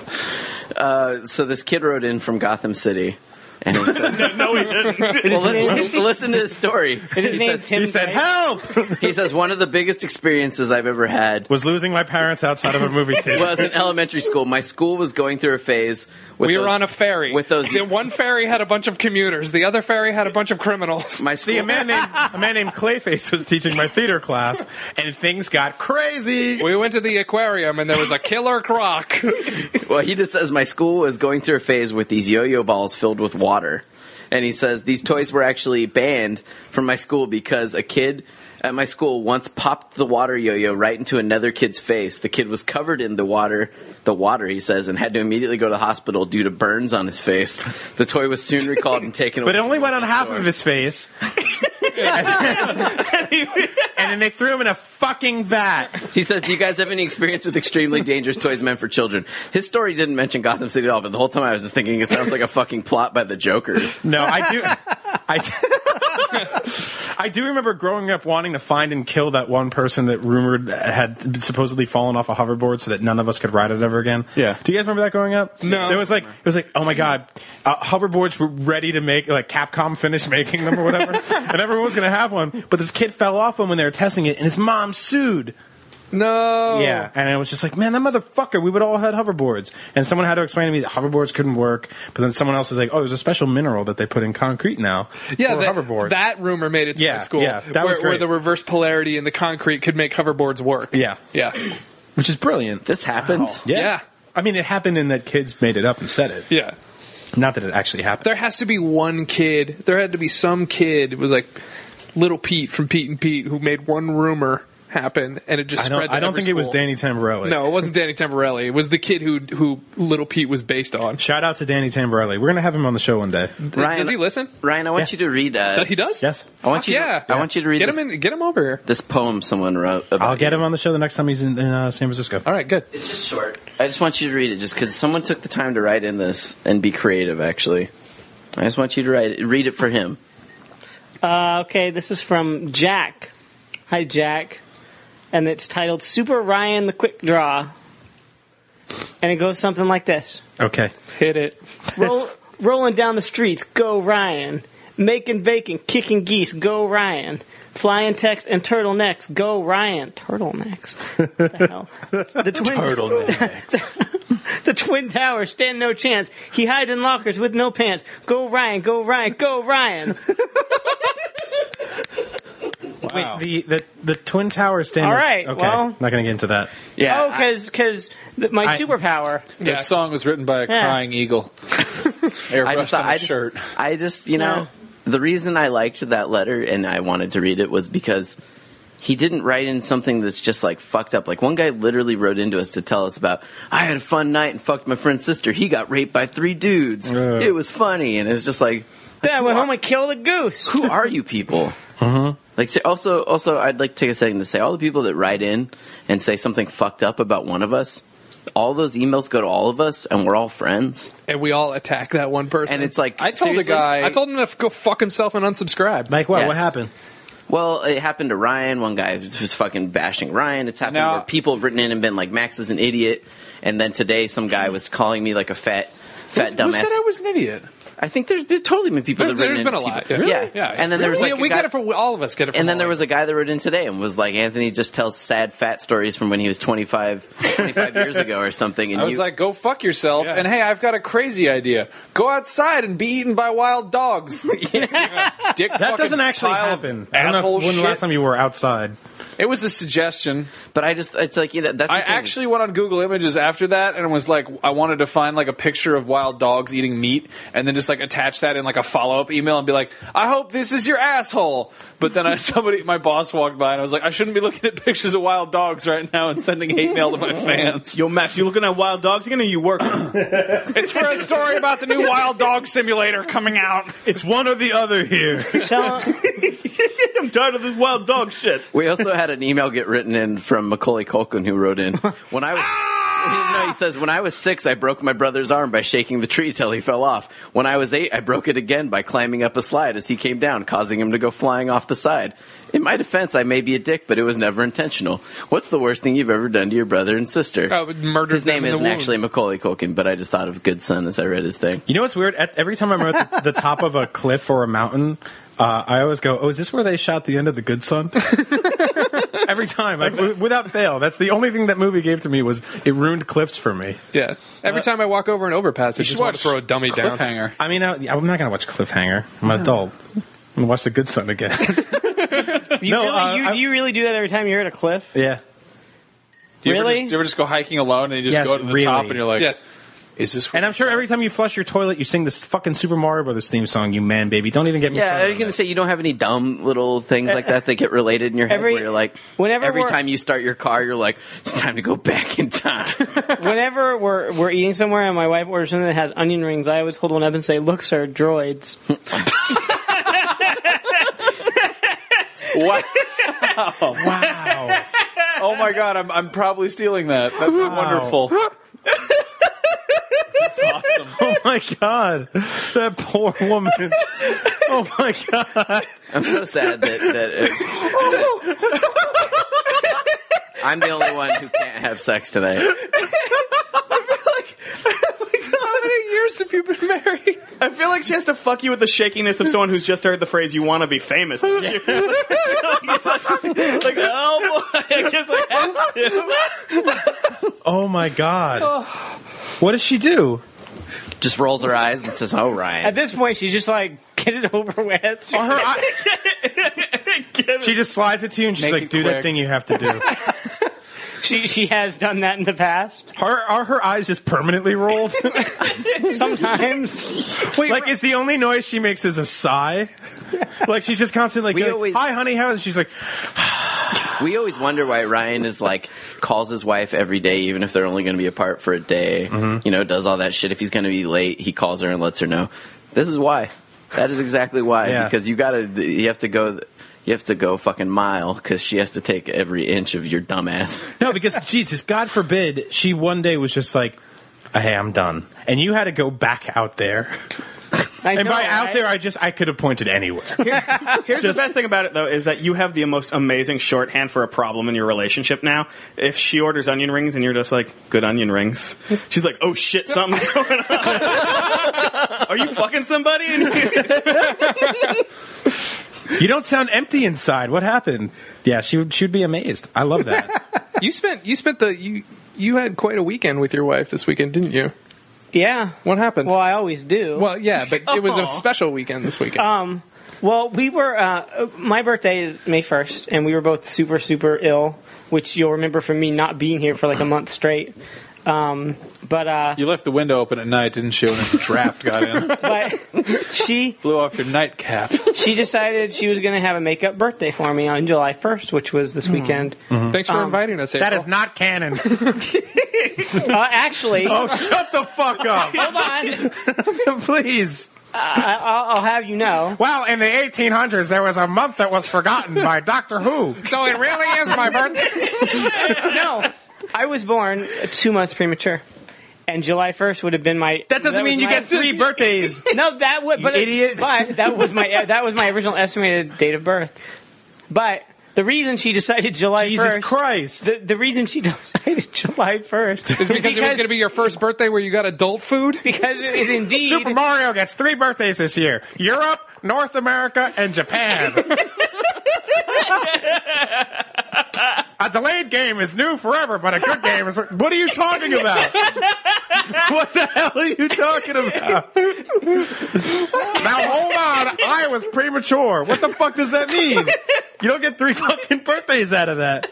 Speaker 3: So this kid wrote in from Gotham City, and he said.
Speaker 4: no, we didn't.
Speaker 3: Well, li- li- listen to this story.
Speaker 5: His
Speaker 3: He
Speaker 5: name's
Speaker 3: says,
Speaker 5: Tim.
Speaker 2: he said,
Speaker 5: Drake.
Speaker 2: "Help!"
Speaker 3: he says one of the biggest experiences I've ever had
Speaker 2: Was losing my parents outside of a movie theater.
Speaker 3: was in elementary school. My school was going through a phase. With
Speaker 7: We were
Speaker 3: those-
Speaker 7: on a ferry.
Speaker 3: with those.
Speaker 7: the one ferry had a bunch of commuters. The other ferry had a bunch of criminals.
Speaker 3: My
Speaker 2: See,
Speaker 3: school,
Speaker 2: a man named a man named Clayface was teaching my theater class, and things got crazy.
Speaker 7: We went to the aquarium and there was a killer croc.
Speaker 3: well, he just says my school was going through a phase with these yo-yo balls filled with water, and he says these toys were actually banned from my school because a kid at my school once popped the water yo-yo right into another kid's face. The kid was covered in the water, the water he says, and had to immediately go to the hospital due to burns on his face. The toy was soon recalled and taken away.
Speaker 2: But it only
Speaker 3: from
Speaker 2: went on
Speaker 3: local
Speaker 2: half
Speaker 3: stores.
Speaker 2: of his face. and then they threw him in a fucking vat.
Speaker 3: He says, "Do you guys have any experience with extremely dangerous toys meant for children?" His story didn't mention Gotham City at all, but the whole time I was just thinking it sounds like a fucking plot by the Joker.
Speaker 2: No, I do. I do- I do remember growing up wanting to find and kill that one person that rumored had supposedly fallen off a hoverboard so that none of us could ride it ever again.
Speaker 4: Yeah.
Speaker 2: Do you guys remember that growing up?
Speaker 7: No.
Speaker 2: It was like it was like oh my god, uh, hoverboards were ready to make like Capcom finished making them or whatever, and everyone was gonna have one. But this kid fell off one when they were testing it, and his mom sued.
Speaker 7: No.
Speaker 2: Yeah, and it was just like, man, that motherfucker. We would all had hoverboards, and someone had to explain to me that hoverboards couldn't work. But then someone else was like, oh, there's a special mineral that they put in concrete now.
Speaker 7: Yeah,
Speaker 2: for
Speaker 7: that,
Speaker 2: hoverboards.
Speaker 7: that rumor made it to
Speaker 2: Yeah,
Speaker 7: my school.
Speaker 2: yeah, that
Speaker 7: where,
Speaker 2: was great.
Speaker 7: where the reverse polarity in the concrete could make hoverboards work.
Speaker 2: Yeah.
Speaker 7: Yeah.
Speaker 2: which is brilliant.
Speaker 3: This happened.
Speaker 2: Yeah.
Speaker 7: Yeah.
Speaker 2: I mean, it happened in that kids made it up and said it.
Speaker 7: Yeah.
Speaker 2: Not that it actually happened.
Speaker 7: There has to be one kid. There had to be some kid. It was like little Pete from Pete and Pete who made one rumor happen and it just
Speaker 2: I
Speaker 7: spread
Speaker 2: don't.
Speaker 7: to
Speaker 2: I don't
Speaker 7: every
Speaker 2: think it was
Speaker 7: school.
Speaker 2: Danny Tamborelli.
Speaker 7: No, it wasn't Danny Tamborelli. It was the kid who who little Pete was based on.
Speaker 2: Shout out to Danny Tamborelli. We're gonna have him on the show one day.
Speaker 3: Ryan-
Speaker 7: Does he listen?
Speaker 3: Ryan, I want
Speaker 2: Yeah.
Speaker 3: you to read. Uh,
Speaker 7: That he does?
Speaker 2: Yes.
Speaker 3: I want
Speaker 7: Fuck
Speaker 3: you.
Speaker 7: yeah.
Speaker 3: To, I want you to read
Speaker 7: Get
Speaker 3: this,
Speaker 7: him in, get him over here.
Speaker 3: this poem someone wrote. About
Speaker 2: I'll get
Speaker 3: you.
Speaker 2: him on the show the next time he's in, in uh, San Francisco.
Speaker 7: All right, good.
Speaker 3: It's just short. I just want you to read it, just because someone took the time to write in this and be creative. Actually, I just want you to write it, read it for him.
Speaker 5: Uh, okay, this is from Jack. Hi, Jack. And it's titled Super Ryan the Quick Draw. And it goes something like this.
Speaker 2: Okay.
Speaker 7: Hit it.
Speaker 5: Roll, rolling down the streets, go Ryan. Making bacon, kicking geese, go Ryan. Flying text and turtlenecks, go Ryan. Turtlenecks. What the hell? The twin, The twin towers stand no chance. He hides in lockers with no pants. Go Ryan, go Ryan, go Ryan.
Speaker 2: Wait, the, the the twin towers stand.
Speaker 5: All right,
Speaker 2: Okay.
Speaker 5: well-
Speaker 2: not gonna get into that.
Speaker 3: Yeah.
Speaker 5: oh, because my
Speaker 2: I-
Speaker 5: superpower.
Speaker 7: Yeah.
Speaker 1: That song was written by a
Speaker 5: Yeah.
Speaker 1: crying eagle. Airbrushed
Speaker 3: I just,
Speaker 1: on
Speaker 3: thought, I
Speaker 1: his
Speaker 3: just,
Speaker 1: shirt.
Speaker 3: I just, you know,
Speaker 5: No.
Speaker 3: the reason I liked that letter and I wanted to read it was because he didn't write in something that's just like fucked up. Like one guy literally wrote into us to tell us about I had a fun night and fucked my friend's sister. He got raped by three dudes.
Speaker 2: Ugh.
Speaker 3: It was funny, and it's just like,
Speaker 5: Then I went home and killed a goose.
Speaker 3: who are you people? Like so also, also, I'd like to take a second to say all the people that write in and say something fucked up about one of us. All those emails go to all of us, and we're all friends.
Speaker 7: And we all attack that one person.
Speaker 3: And it's like
Speaker 1: I told a
Speaker 3: seriously?
Speaker 1: guy.
Speaker 7: I told him to go fuck himself and unsubscribe.
Speaker 2: Like what? What
Speaker 3: Yes.
Speaker 2: happened?
Speaker 3: Well, it happened to Ryan. One guy was fucking bashing Ryan. It's happened
Speaker 1: Now-
Speaker 3: where people have written in and been like, "Max is an idiot," and then today some guy was calling me like a fat, fat
Speaker 1: Who
Speaker 3: dumbass.
Speaker 1: said I was an idiot?
Speaker 3: I think there's been, totally been people.
Speaker 7: There's,
Speaker 3: that written
Speaker 7: there's
Speaker 3: in
Speaker 7: been a
Speaker 3: people-
Speaker 7: lot.
Speaker 3: Yeah. And then there was
Speaker 7: We-
Speaker 3: like a
Speaker 7: we
Speaker 3: guy,
Speaker 7: get it from all of us get it. From
Speaker 3: and then
Speaker 7: all
Speaker 3: there
Speaker 7: of
Speaker 3: was a
Speaker 7: us.
Speaker 3: guy that wrote in today and was like, "Anthony just tells sad fat stories from when he was 25, 25 years ago or something." And
Speaker 1: I was
Speaker 3: you,
Speaker 1: like, go fuck yourself. And hey, I've got a crazy idea. Go outside and be eaten by wild dogs. Dick
Speaker 2: That doesn't actually
Speaker 1: pile of
Speaker 2: happen. I don't know
Speaker 1: asshole
Speaker 2: if- when the last
Speaker 1: shit.
Speaker 2: time you were outside.
Speaker 1: It was a suggestion.
Speaker 3: but I just it's like you know that's the
Speaker 1: I
Speaker 3: thing.
Speaker 1: actually went on Google Images after that and was like, I wanted to find like a picture of wild dogs eating meat and then just like attach that in like a follow up email and be like, I hope this is your asshole. But then I somebody, my boss walked by and I was like, I shouldn't be looking at pictures of wild dogs right now and sending hate mail to my fans.
Speaker 4: Yo, Max, you looking at wild dogs again, or you working?
Speaker 1: It's for a story about the new wild dog simulator coming out.
Speaker 2: It's one or the other here.
Speaker 5: Tell-
Speaker 4: I'm tired of this wild dog shit.
Speaker 3: We also had an email get written in from Macaulay Culkin who wrote in when I was. No, he says when I was six, I broke my brother's arm by shaking the tree till he fell off. When I was eight, I broke it again by climbing up a slide as he came down, causing him to go flying off the side. In my defense, I may be a dick, but it was never intentional. What's the worst thing you've ever done to your brother and sister?
Speaker 7: Oh, but murdered
Speaker 3: his
Speaker 7: them
Speaker 3: name
Speaker 7: in the
Speaker 3: isn't
Speaker 7: womb.
Speaker 3: actually Macaulay Culkin, but I just thought of Good Son as I read his thing.
Speaker 2: You know what's weird? At, every time I'm at the, the top of a cliff or a mountain, uh, I always go, "Oh, is this where they shot the end of The Good Son?" every time, like w- without fail. That's the only thing that movie gave to me was it ruined cliffs for me.
Speaker 7: Yeah. Every
Speaker 3: Uh,
Speaker 7: time I walk over an overpass, I
Speaker 1: You
Speaker 7: just
Speaker 1: should
Speaker 7: want
Speaker 1: watch
Speaker 7: to throw a dummy down.
Speaker 1: Cliffhanger.
Speaker 2: I mean, I, I'm not gonna watch Cliffhanger. I'm an adult. I'm gonna watch The Good Son again.
Speaker 5: you,
Speaker 2: No,
Speaker 5: really,
Speaker 2: uh,
Speaker 5: you,
Speaker 2: I-
Speaker 5: you really do that every time you're at a cliff?
Speaker 2: yeah.
Speaker 1: Do you, ever
Speaker 5: Really?
Speaker 1: just, do you ever just go hiking alone and you just
Speaker 2: Yes,
Speaker 1: go to the
Speaker 2: really.
Speaker 1: top and you're like,
Speaker 7: Yes.
Speaker 1: is this
Speaker 2: And I'm sure every time you flush your toilet, you sing this fucking Super Mario Brothers theme song. You man, baby, don't even get me.
Speaker 3: Yeah,
Speaker 2: started
Speaker 3: are you
Speaker 2: on
Speaker 3: going
Speaker 2: it.
Speaker 3: to say you don't have any dumb little things like that that get related in your head?
Speaker 5: Every-
Speaker 3: where you're like,
Speaker 5: whenever
Speaker 3: every
Speaker 5: we're-
Speaker 3: time you start your car, you're like, it's time to go back in time.
Speaker 5: Whenever we're we're eating somewhere and my wife orders something that has onion rings, I always hold one up and say, "Look, sir, droids."
Speaker 1: What?
Speaker 2: Wow.
Speaker 1: Oh my god, I'm, I'm probably stealing that. That's wonderful. That's awesome.
Speaker 2: Oh my god, that poor woman. Oh my god.
Speaker 3: I'm so sad that, that, uh, that- I'm the only one who can't have sex today.
Speaker 7: How many years have you been married?
Speaker 4: I feel like she has to fuck you with the shakiness of someone who's just heard the phrase "you want to be famous." It's like, like, oh boy, I guess I have
Speaker 2: Oh my god. What does she do?
Speaker 3: Just rolls her eyes and says, "Oh,
Speaker 5: At
Speaker 3: Ryan."
Speaker 5: this point, she's just like, get it over with.
Speaker 2: She just slides it to you and she's
Speaker 1: Make
Speaker 2: like,
Speaker 1: it
Speaker 2: "Do that
Speaker 1: quick."
Speaker 2: thing you have to do."
Speaker 5: she she has done that in the past.
Speaker 2: Are, are her eyes just permanently rolled?
Speaker 5: Sometimes.
Speaker 7: Wait,
Speaker 2: like, it's the only noise she makes is a sigh. Like, she's just constantly
Speaker 3: We
Speaker 2: like,
Speaker 3: always-
Speaker 2: "Hi, honey, how?" And she's like,
Speaker 3: We always wonder why Ryan is like calls his wife every day, even if they're only going to be apart for a day. You know, does all that shit. If he's going to be late, he calls her and lets her know. This is why. That is exactly why.
Speaker 2: Yeah.
Speaker 3: Because you gotta, you have to go. You have to go fucking mile because she has to take every inch of your dumbass.
Speaker 2: No, because Jesus, God forbid, she one day was just like, "Hey, I'm done," and you had to go back out there.
Speaker 5: I
Speaker 2: And
Speaker 5: know,
Speaker 2: by out
Speaker 5: right?
Speaker 2: there, I just I could have pointed anywhere.
Speaker 4: Here's
Speaker 2: Just-
Speaker 4: the best thing about it, though, is that you have the most amazing shorthand for a problem in your relationship now. If she orders onion rings and you're just like, good onion rings, she's like, oh shit, something's going on. Are you fucking somebody?
Speaker 2: you don't sound empty inside. What happened? Yeah, she would she would be amazed. I love that.
Speaker 7: you spent you spent the you you had quite a weekend with your wife this weekend, didn't you?
Speaker 5: Yeah.
Speaker 7: What happened?
Speaker 5: Well, I always do.
Speaker 7: Well, yeah, but it was
Speaker 4: Aw.
Speaker 7: a special weekend this weekend.
Speaker 5: Um, well, we were. Uh, my birthday is May first, and we were both super, super ill, which you'll remember from me not being here for like a month straight. Um, but uh,
Speaker 1: You left the window open at night, didn't you? When the draft got in,
Speaker 5: but she
Speaker 1: blew off your nightcap.
Speaker 5: she decided she was going to have a makeup birthday for me on July first, which was
Speaker 2: Hmm.
Speaker 5: this weekend.
Speaker 7: Mm-hmm. Thanks for inviting us. April.
Speaker 2: That is not canon.
Speaker 5: Uh, actually,
Speaker 2: oh, shut the fuck up,
Speaker 5: hold on.
Speaker 2: please.
Speaker 5: I'll, I'll have you know.
Speaker 2: Well, in the 1800s, there was a month that was forgotten by Doctor Who. So it really is my birthday.
Speaker 5: No, I was born two months premature, and July first would have been my.
Speaker 2: That doesn't
Speaker 5: was
Speaker 2: mean you
Speaker 5: my-
Speaker 2: get three birthdays.
Speaker 5: No, that would. But
Speaker 2: idiot.
Speaker 5: But that was my that was my original estimated date of birth. But the reason she decided July
Speaker 2: Jesus
Speaker 5: first.
Speaker 2: Christ.
Speaker 5: The, the reason she decided July first is
Speaker 7: It's because, it was going to be your first birthday where you got adult food.
Speaker 5: because it is indeed
Speaker 2: Super Mario gets three birthdays this year: Europe, North America, and Japan. a delayed game is new forever, but a good game is. What are you talking about? what the hell are you talking about? now hold on, I was premature. What the fuck does that mean? You don't get three fucking birthdays out of that.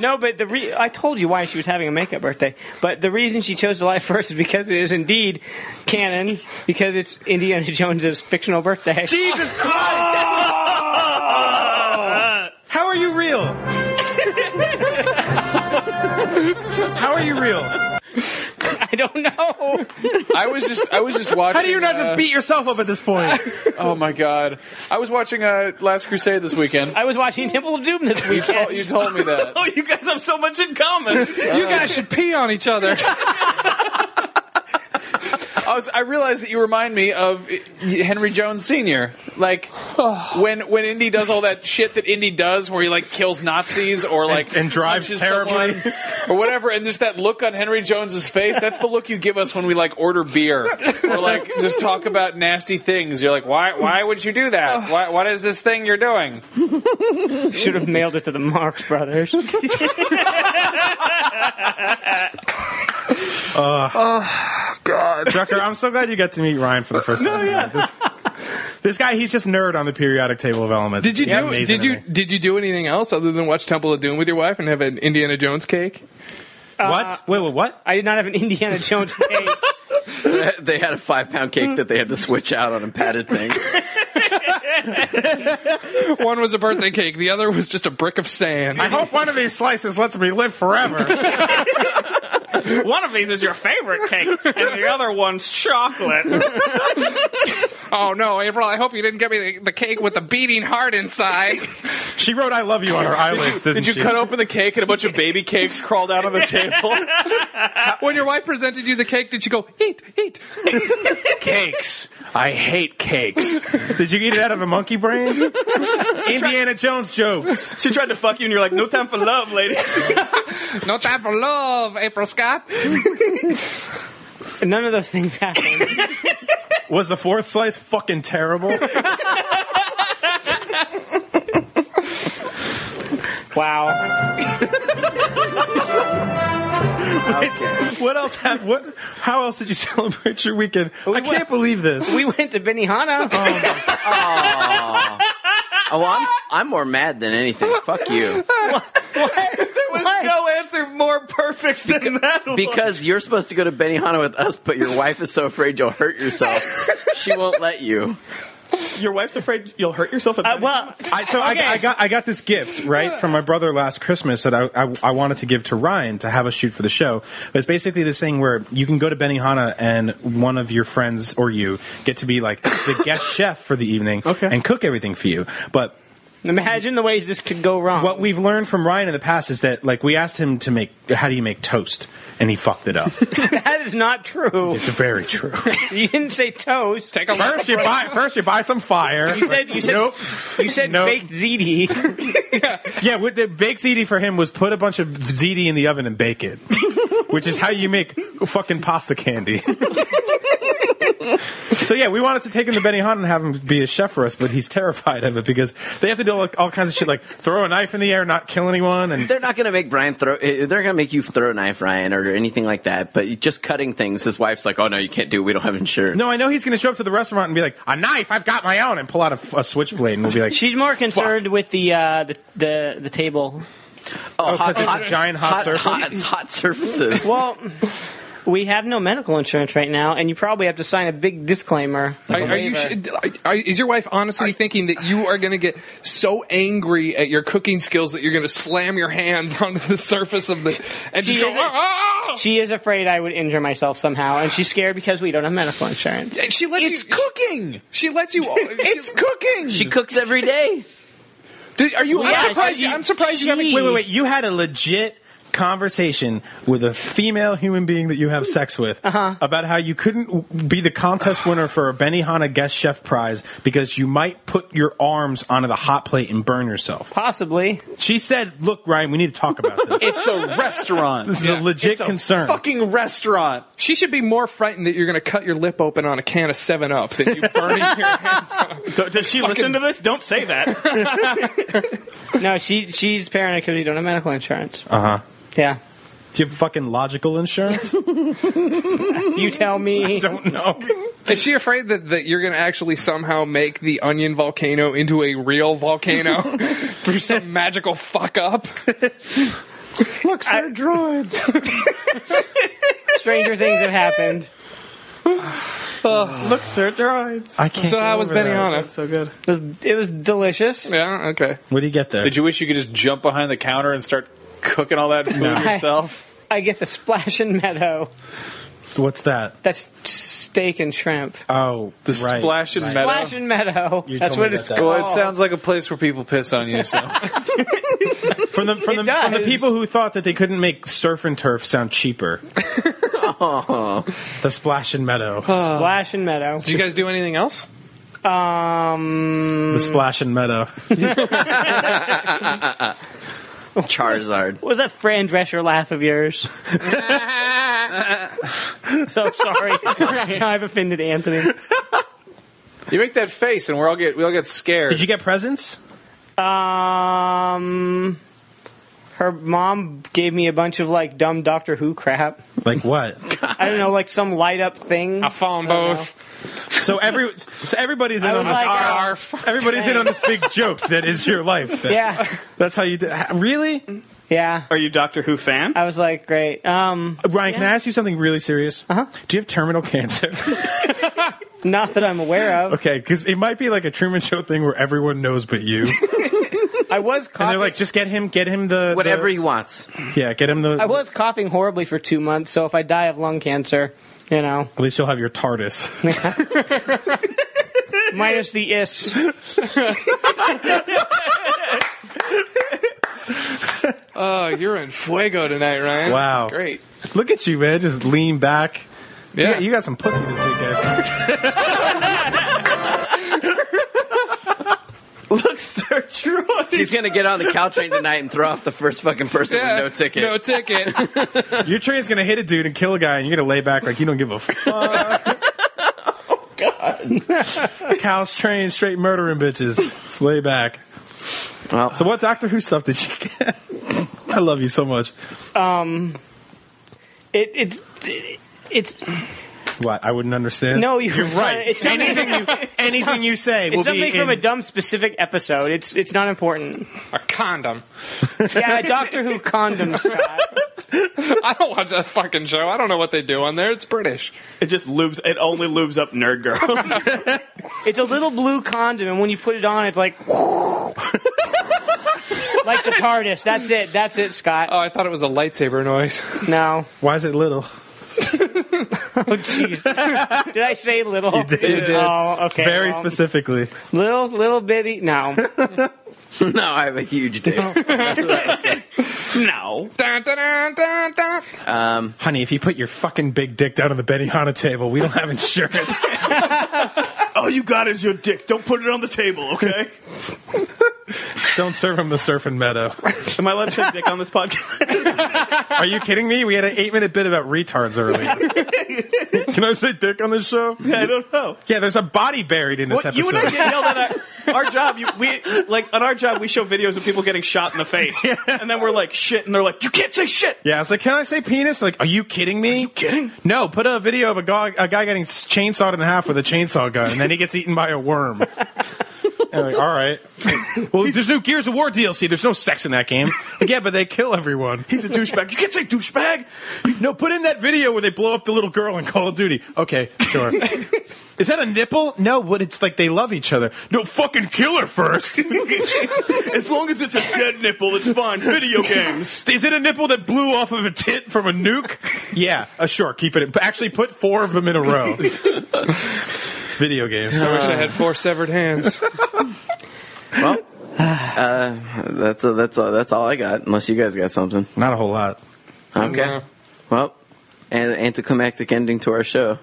Speaker 5: no. But the re- I told you why she was having a makeup birthday. But the reason she chose July first is because it is indeed canon because it's Indiana Jones's fictional birthday.
Speaker 2: Jesus Christ! How are you real? How are you real?
Speaker 5: I don't know.
Speaker 1: I was just, I was just watching.
Speaker 2: How do you not just
Speaker 1: uh,
Speaker 2: beat yourself up at this point?
Speaker 1: Oh my god! I was watching uh, Last Crusade this weekend.
Speaker 5: I was watching Temple of Doom this
Speaker 1: You
Speaker 5: week.
Speaker 1: told, you told me that.
Speaker 4: oh, you guys have so much in common.
Speaker 7: You guys should pee on each other.
Speaker 1: I was. I realized that you remind me of uh, Henry Jones Sr. Like when when Indy does all that shit that Indy does, where he like kills Nazis or like
Speaker 2: and drives
Speaker 1: punches
Speaker 2: terribly.
Speaker 1: someone or whatever, and just that look on Henry Jones's face. That's the look you give us when we like order beer or like just talk about nasty things. You're like, why why would you do
Speaker 2: Oh.
Speaker 1: that? Why, what is this thing you're doing?
Speaker 5: Should have mailed it to the Marx Brothers.
Speaker 2: Drucker, I'm so glad you got to meet Ryan for the first time. tonight. This, this guy, he's just nerd on the periodic table of elements.
Speaker 7: Did you
Speaker 2: It's
Speaker 7: do?
Speaker 2: amazing
Speaker 7: Did
Speaker 2: to
Speaker 7: you
Speaker 2: me.
Speaker 7: did you do anything else other than watch Temple of Doom with your wife and have an Indiana Jones cake?
Speaker 2: What? Wait, wait, what?
Speaker 5: I did not have an Indiana Jones cake.
Speaker 3: they had a five pound cake that they had to switch out on a padded thing.
Speaker 7: One was a birthday cake, the other was just a brick of sand.
Speaker 2: I hope one of these slices lets me live forever.
Speaker 4: one of these is your favorite cake, and the other one's chocolate.
Speaker 7: Oh no, April! I hope you didn't get me the, the cake with the beating heart inside.
Speaker 2: she wrote "I love you" on her eyelids.
Speaker 1: Did
Speaker 2: didn't
Speaker 1: you
Speaker 2: she?
Speaker 1: cut open the cake and a bunch of baby cakes crawled out on the table?
Speaker 7: when your wife presented you the cake, did she go eat eat?
Speaker 1: cakes. I hate cakes.
Speaker 2: Did you eat it out of a monkey brain? Indiana Jones jokes.
Speaker 4: She tried to fuck you, and you're like, no time for love, lady.
Speaker 7: No time for love, April Scott.
Speaker 5: None of those things happened.
Speaker 2: Was the fourth slice fucking terrible?
Speaker 5: Wow.
Speaker 2: What else? Have, what? How else did you celebrate your weekend? I
Speaker 5: went-
Speaker 2: can't believe this.
Speaker 5: We went to Benihana.
Speaker 3: Oh, I'm, I'm more mad than anything. Fuck you.
Speaker 4: There was
Speaker 5: Why?
Speaker 4: no answer more perfect than that. one.
Speaker 3: Because you're supposed to go to Benihana with us, but your wife is so afraid you'll hurt yourself. She won't let you.
Speaker 4: your wife's afraid you'll hurt yourself. At
Speaker 5: Uh,
Speaker 4: the-
Speaker 5: well,
Speaker 2: I, so I-
Speaker 5: Okay.
Speaker 2: I, got I got this gift right from my brother last Christmas that I, I I wanted to give to Ryan to have us shoot for the show. But it's basically this thing where you can go to Benihana and one of your friends or you get to be like the guest chef for the evening
Speaker 4: Okay.
Speaker 2: and cook everything for you. But
Speaker 5: imagine the ways this could go wrong.
Speaker 2: what we've learned from Ryan in the past is that like we asked him to make how do you make toast and he fucked it up.
Speaker 5: that is not true.
Speaker 2: it's very true.
Speaker 5: You didn't say toast.
Speaker 7: Take a look.
Speaker 2: First you buy first you buy some fire.
Speaker 5: You said you said
Speaker 2: nope.
Speaker 5: you said
Speaker 2: Nope.
Speaker 5: baked ziti.
Speaker 2: Yeah, what the baked ziti for him was put a bunch of ziti in the oven and bake it, which is how you make fucking pasta candy. so yeah, we wanted to take him to Benihana and have him be a chef for us, but he's terrified of it because they have to do all, all kinds of shit like throw a knife in the air, not kill anyone, and
Speaker 3: They're not going to make Brian throw. eh, They're going to make you throw a knife, Ryan, or anything like that. But just cutting things. His wife's like, "Oh no, you can't do. it. We don't have insurance."
Speaker 2: no, I know he's going to show up to the restaurant and be like, "A knife? I've got my own," and pull out a, a switchblade, and we'll be like,
Speaker 5: She's more concerned with the, uh, the the the table.
Speaker 2: "Oh, because it's a giant hot, surface."
Speaker 3: hot, it's hot surfaces.
Speaker 5: Well, we have no medical insurance right now, and you probably have to sign a big disclaimer.
Speaker 7: Are, are you? sh- Are, is your wife honestly thinking that you are going to get so angry at your cooking skills that you're going to slam your hands onto the surface of the and
Speaker 5: She
Speaker 7: just go?
Speaker 5: is-
Speaker 7: "Ah, ah!"
Speaker 5: She is afraid I would injure myself somehow, and she's scared because we don't have medical insurance.
Speaker 7: And she lets
Speaker 6: It's
Speaker 7: you.
Speaker 6: cooking.
Speaker 7: She lets you.
Speaker 6: It's cooking.
Speaker 3: she cooks every day.
Speaker 6: Did, are you?
Speaker 7: I'm
Speaker 5: Yeah,
Speaker 7: surprised.
Speaker 5: she-
Speaker 7: I'm surprised you haven't.
Speaker 5: she-
Speaker 2: Wait, wait, wait. You had a legit conversation with a female human being that you have sex with about how you couldn't w- be the contest winner for a Benihana guest chef prize because you might put your arms onto the hot plate and burn yourself.
Speaker 5: Possibly.
Speaker 2: She said, "Look, Ryan, we need to talk about this.
Speaker 6: It's a restaurant.
Speaker 2: this is a legit concern."
Speaker 6: Fucking restaurant.
Speaker 7: She should be more frightened that you're going to cut your lip open on a can of Seven Up than you burning your hands. On.
Speaker 4: Th- does she listen to this? Don't say that.
Speaker 5: No, she she's paranoid because we don't have medical insurance.
Speaker 2: Uh huh.
Speaker 5: Yeah.
Speaker 2: Do you have fucking logical insurance?
Speaker 5: You tell me.
Speaker 2: Don't know.
Speaker 7: Is she afraid that, that you're going to actually somehow make the onion volcano into a real volcano through some magical fuck up?
Speaker 2: Look, sir, droids.
Speaker 5: Stranger things have happened.
Speaker 4: Look, sir, droids.
Speaker 2: I can't.
Speaker 7: So
Speaker 2: get
Speaker 7: how was
Speaker 2: over that.
Speaker 7: Benihana?
Speaker 4: So good.
Speaker 5: It was, it was delicious.
Speaker 7: Yeah, okay.
Speaker 2: What do you get there?
Speaker 6: Did you wish you could just jump behind the counter and start cooking all that food yourself?
Speaker 5: I get the splash and meadow.
Speaker 2: What's that?
Speaker 5: That's steak and shrimp.
Speaker 2: Oh,
Speaker 6: The
Speaker 2: right.
Speaker 6: splash and meadow.
Speaker 5: Splash and meadow.
Speaker 2: You
Speaker 5: That's
Speaker 2: told me
Speaker 5: what
Speaker 2: about
Speaker 5: it's
Speaker 2: that.
Speaker 5: called.
Speaker 6: Well, it sounds like a place where people piss on you. So
Speaker 2: from the from the,
Speaker 5: It
Speaker 2: from the
Speaker 5: does.
Speaker 2: people who thought that they couldn't make surf and turf sound cheaper. the splash and meadow.
Speaker 5: Oh. Splash and meadow.
Speaker 7: Did you guys do anything else?
Speaker 5: Um,
Speaker 2: The splash and meadow.
Speaker 3: Charizard.
Speaker 5: what was that Fran Drescher laugh of yours? so sorry. Now I've offended Anthony.
Speaker 6: you make that face, and we all get we all get scared.
Speaker 2: Did you get presents?
Speaker 5: Um, her mom gave me a bunch of like dumb Doctor Who crap.
Speaker 2: Like what?
Speaker 5: I don't know, like some light up thing.
Speaker 7: I found both.
Speaker 2: So every so everybody's in
Speaker 5: I
Speaker 2: on
Speaker 5: was
Speaker 2: this.
Speaker 5: like, uh,
Speaker 7: Arf.
Speaker 2: everybody's in on this big joke that is your life. That-
Speaker 5: yeah, Mm-hmm.
Speaker 2: That's how you do. Really,
Speaker 5: yeah.
Speaker 4: Are you Doctor Who fan?
Speaker 5: I was like, great. Um,
Speaker 2: Ryan? Can I ask you something really serious?
Speaker 5: Uh-huh.
Speaker 2: Uh huh. Do you have terminal cancer?
Speaker 5: not that I'm aware of.
Speaker 2: okay, because it might be like a Truman Show thing where everyone knows but you,
Speaker 5: I was
Speaker 2: and
Speaker 5: coughing.
Speaker 2: they're like, just get him, get him the
Speaker 3: Whatever
Speaker 2: the-
Speaker 3: he wants.
Speaker 2: yeah, get him the.
Speaker 5: I was coughing horribly for two months. So if I die of lung cancer, you know,
Speaker 2: At least you'll have your TARDIS.
Speaker 5: minus the is.
Speaker 7: Oh, you're in fuego tonight, Ryan.
Speaker 2: Wow.
Speaker 7: Great.
Speaker 2: Look at you, man. Just lean back.
Speaker 7: Yeah.
Speaker 2: Yeah, you got some pussy this weekend.
Speaker 3: Look, Sir Troy. He's going to get on the Caltrain tonight and throw off the first fucking person
Speaker 7: Yeah,
Speaker 3: with no ticket.
Speaker 7: No ticket.
Speaker 2: Your train's gonna hit a dude and kill a guy, and you're gonna lay back like you don't give a fuck. God. Cal's train straight murdering bitches. Just lay back.
Speaker 3: Well-
Speaker 2: so what Doctor Who stuff did you get? I love you so much.
Speaker 5: It, it's it's
Speaker 2: What? I wouldn't understand.
Speaker 5: no, you're,
Speaker 2: right.
Speaker 5: It's something,
Speaker 2: anything you say
Speaker 5: it's
Speaker 2: will be
Speaker 5: something from a
Speaker 2: in-
Speaker 5: dumb specific episode. It's it's not important.
Speaker 7: A condom.
Speaker 5: Yeah, Doctor Who condom, Scott.
Speaker 7: I don't watch that fucking show. I don't know what they do on there. It's British.
Speaker 4: It just lubes. It only lubes up nerd girls.
Speaker 5: It's a little blue condom, and when you put it on, it's like. like the TARDIS. That's it. That's it, Scott.
Speaker 7: Oh, I thought it was a lightsaber noise.
Speaker 5: no.
Speaker 2: Why is it little?
Speaker 5: Oh, jeez. did I say little? You
Speaker 2: did. You did.
Speaker 5: Oh, okay.
Speaker 2: Very
Speaker 5: well,
Speaker 2: specifically.
Speaker 5: Little, little bitty. No.
Speaker 3: No, I have a huge dick.
Speaker 4: no.
Speaker 7: Dun, dun, dun, dun, dun.
Speaker 3: Um,
Speaker 2: Honey, if you put your fucking big dick down on the Benihana table, we don't have insurance.
Speaker 4: All you got is your dick. Don't put it on the table, okay?
Speaker 2: don't serve him the surfing meadow.
Speaker 4: Am I allowed to say dick on this podcast?
Speaker 2: Are you kidding me? We had an eight minute bit about retards earlier. Can I say dick on this show?
Speaker 4: I don't know.
Speaker 2: Yeah, there's a body buried in this
Speaker 4: What, you
Speaker 2: episode.
Speaker 4: and I get yelled at our, our job. You, we like on our job we show videos of people getting shot in the face, and then we're like shit, and they're like, you can't say shit.
Speaker 2: Yeah, I was like, can I say penis? Like, are you kidding me? Are you
Speaker 4: kidding?
Speaker 2: No, put a video of a guy, a guy getting s- chainsawed in half with a chainsaw gun, and then he gets eaten by a worm. And I'm like, all right. Well, there's no Gears of War DLC. There's no sex in that game. Like, yeah, but they kill everyone.
Speaker 4: He's a douchebag. You can't say douchebag.
Speaker 2: No, put in that video where they blow up the little girl in Call of Duty. Okay, sure. Is that a nipple? No, but it's like they love each other. No, fucking kill her first.
Speaker 4: As long as it's a dead nipple, it's fine. Video games.
Speaker 2: Is it a nipple that blew off of a tit from a nuke? Yeah, uh, sure. Keep it. In. Actually, put four of them in a row. Video games.
Speaker 7: I wish
Speaker 1: Uh.
Speaker 7: I had four severed hands.
Speaker 3: that's a, that's a, that's all I got. Unless you guys got something.
Speaker 2: Not a whole lot.
Speaker 3: Okay.
Speaker 7: No.
Speaker 3: Well, an anticlimactic ending to our show.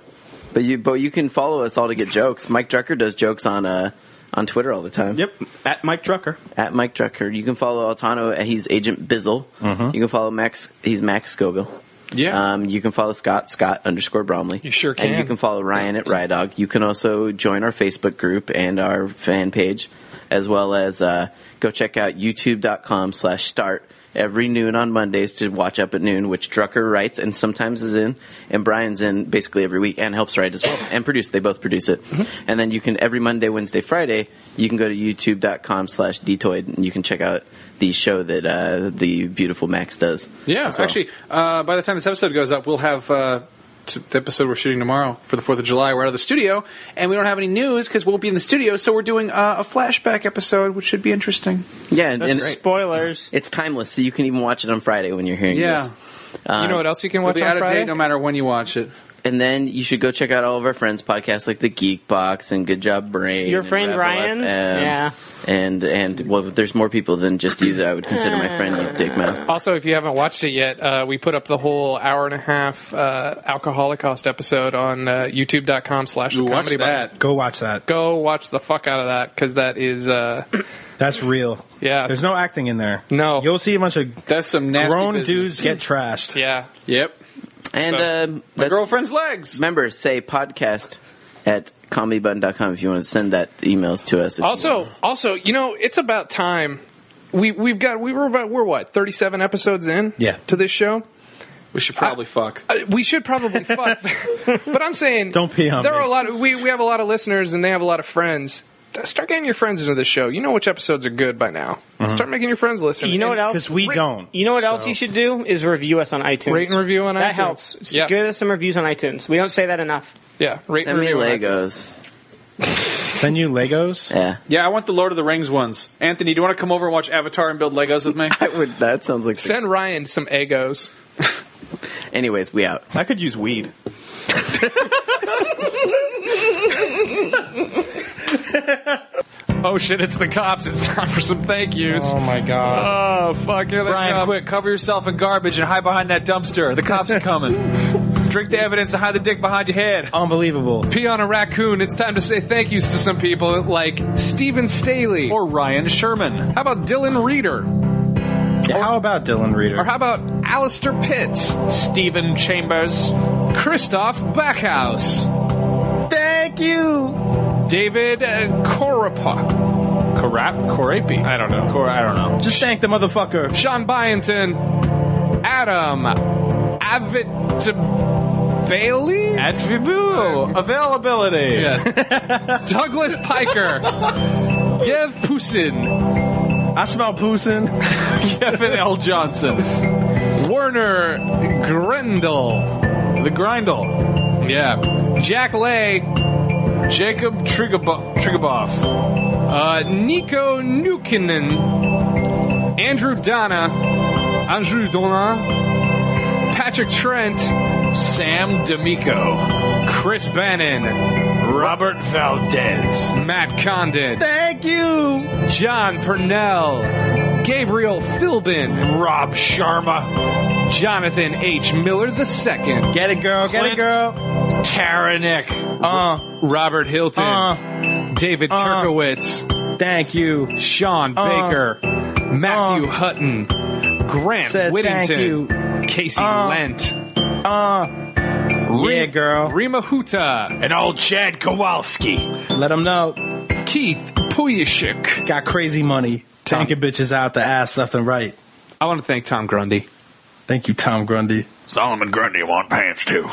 Speaker 3: But you but you can follow us all to get jokes. Mike Drucker does jokes on uh on Twitter all the time.
Speaker 4: Yep, at Mike Drucker.
Speaker 3: At Mike Drucker. You can follow Altano. He's Agent Bizzle. You can follow Max. He's Max Scoville.
Speaker 7: Yeah.
Speaker 3: Um, you can follow Scott, Scott underscore Bromley.
Speaker 7: You sure
Speaker 3: And you
Speaker 7: can.
Speaker 3: can follow Ryan at Rydog. You can also join our Facebook group and our fan page, as well as uh, go check out youtube.com slash start every noon on Mondays to watch up at noon, which Drucker writes and sometimes is in, and Brian's in basically every week and helps write as well and produce. They both produce it.
Speaker 7: Mm-hmm.
Speaker 3: And then you can, every Monday, Wednesday, Friday, you can go to youtube.com slash detoid and you can check out the show that uh, the beautiful Max does.
Speaker 1: Yeah,
Speaker 3: as well.
Speaker 1: actually, uh, by the time this episode goes up, we'll have uh, t- the episode we're shooting tomorrow for the Fourth of July. We're out of the studio, and we don't have any news because we won't be in the studio. So we're doing uh, a flashback episode, which should be interesting.
Speaker 3: Yeah, and, and
Speaker 5: Spoilers.
Speaker 3: It's timeless, so you can even watch it on Friday when you're hearing
Speaker 1: Yeah.
Speaker 3: this. Uh,
Speaker 7: you know what else you can
Speaker 1: We'll
Speaker 7: watch
Speaker 1: be
Speaker 7: on
Speaker 1: out of
Speaker 7: Friday?
Speaker 1: date no matter when you watch it.
Speaker 3: And then you should go check out all of our friends' podcasts, like the Geek Box and Good Job Brain.
Speaker 5: Your
Speaker 3: and
Speaker 5: friend
Speaker 3: Rebel
Speaker 5: Ryan?
Speaker 3: FM.
Speaker 5: Yeah.
Speaker 3: And and well, there's more people than just you that I would consider my friend, you dick mouth.
Speaker 7: Also, if you haven't watched it yet, uh, we put up the whole hour and a half uh, alcoholicost episode on uh, youtube.com slash
Speaker 1: You
Speaker 7: the
Speaker 1: watch
Speaker 7: comedy Bar.
Speaker 1: that.
Speaker 2: Go watch that.
Speaker 7: Go watch the fuck out of that because that is uh,
Speaker 2: That's real.
Speaker 7: Yeah.
Speaker 2: There's no acting in there.
Speaker 7: No.
Speaker 2: You'll see a bunch of
Speaker 1: That's some nasty
Speaker 2: grown
Speaker 1: business.
Speaker 2: dudes get trashed.
Speaker 7: yeah.
Speaker 1: Yep.
Speaker 3: And
Speaker 7: So,
Speaker 3: um,
Speaker 1: My
Speaker 3: that's-
Speaker 1: girlfriend's legs.
Speaker 3: remember, say podcast at comedybutton.com if you want to send that emails to us. if you want.
Speaker 7: Also, also, you know, it's about time. We we've got we were about we're what thirty seven episodes in
Speaker 2: Yeah.
Speaker 7: to this show.
Speaker 1: We should probably fuck.
Speaker 7: Uh, we should probably fuck, but I'm saying
Speaker 2: Don't pee on
Speaker 7: There
Speaker 2: me.
Speaker 7: are a lot of we we have a lot of listeners and they have a lot of friends. Start getting your friends into the show. You know which episodes are good by now. Start making your friends listen.
Speaker 5: You know what
Speaker 7: And-
Speaker 5: else?
Speaker 2: Because we
Speaker 5: Ra-
Speaker 2: don't.
Speaker 5: You know what else
Speaker 2: So-
Speaker 5: you should do is review us on iTunes.
Speaker 7: Rate and review on
Speaker 5: that
Speaker 7: iTunes.
Speaker 5: helps. Just
Speaker 7: Yeah.
Speaker 5: Give us some reviews on iTunes. We don't say that enough.
Speaker 7: Yeah, rate
Speaker 3: send
Speaker 7: and
Speaker 3: me
Speaker 7: review on iTunes.
Speaker 3: Legos.
Speaker 2: Send you Legos.
Speaker 3: Yeah,
Speaker 1: Yeah, I want the Lord of the Rings ones. Anthony, do you want to come over and watch Avatar and build Legos with me?
Speaker 3: I would. That sounds like.
Speaker 7: Send Ryan some Egos.
Speaker 3: Anyways, we out.
Speaker 4: I could use weed.
Speaker 7: Oh shit! It's the cops. It's time for some thank yous.
Speaker 2: Oh my god.
Speaker 7: Oh fuck! Here they
Speaker 1: Brian,
Speaker 7: come.
Speaker 1: quick, cover yourself in garbage and hide behind that dumpster. The cops are coming. Drink the evidence and hide the dick behind your head.
Speaker 2: Uh, Unbelievable.
Speaker 7: Pee on a raccoon. It's time to say thank yous to some people like Steven Staley.
Speaker 1: Or Ryan Sherman.
Speaker 7: how about Dylan Reeder?
Speaker 2: Yeah, how about Dylan Reader?
Speaker 7: Or how about Alistair Pitts?
Speaker 1: Stephen Chambers.
Speaker 7: Christoph Backhouse.
Speaker 1: Thank you.
Speaker 7: David uh, Korapa.
Speaker 1: Karap Korapi. I don't know. Cor- I don't know.
Speaker 2: Just thank the motherfucker.
Speaker 7: Sean Byington. Adam. Avid to Bailey?
Speaker 1: Attribute availability.
Speaker 7: Yes. Douglas Piker. Yev Pusin.
Speaker 2: I smell poosin.
Speaker 1: Kevin L. Johnson.
Speaker 7: Werner Grendel.
Speaker 1: The Grindel.
Speaker 7: Yeah. Jack Lay.
Speaker 1: Jacob Trigabo- Trigaboff.
Speaker 7: Uh, Nico Nukinen, Andrew Donna, Andrew Donna, Patrick Trent,
Speaker 1: Sam D'Amico.
Speaker 7: Chris Bannon,
Speaker 1: Robert Valdez.
Speaker 7: Matt Condon,
Speaker 2: Thank you.
Speaker 7: John Purnell, Gabriel Philbin,
Speaker 1: Rob Sharma.
Speaker 7: Jonathan H. Miller II,
Speaker 2: Get it, girl. Get it, girl.
Speaker 1: Taranik.
Speaker 2: Uh,
Speaker 7: Robert Hilton,
Speaker 2: uh.
Speaker 7: David Turkowitz,
Speaker 2: Thank you.
Speaker 7: Sean
Speaker 2: uh,
Speaker 7: Baker, Matthew
Speaker 2: uh.
Speaker 7: Hutton, Grant
Speaker 2: Said thank
Speaker 7: Whittington, Casey
Speaker 2: Uh.
Speaker 7: Lent,
Speaker 2: Uh. Yeah, girl.
Speaker 7: Rima Huta,
Speaker 1: And old Chad Kowalski.
Speaker 2: Let them know.
Speaker 7: Keith Puyashik.
Speaker 2: Got crazy money.
Speaker 7: Tom.
Speaker 2: Tanking bitches out the ass left and right.
Speaker 7: I want to thank Tom Grundy.
Speaker 2: Thank you, Tom Grundy.
Speaker 4: Solomon Grundy want pants too.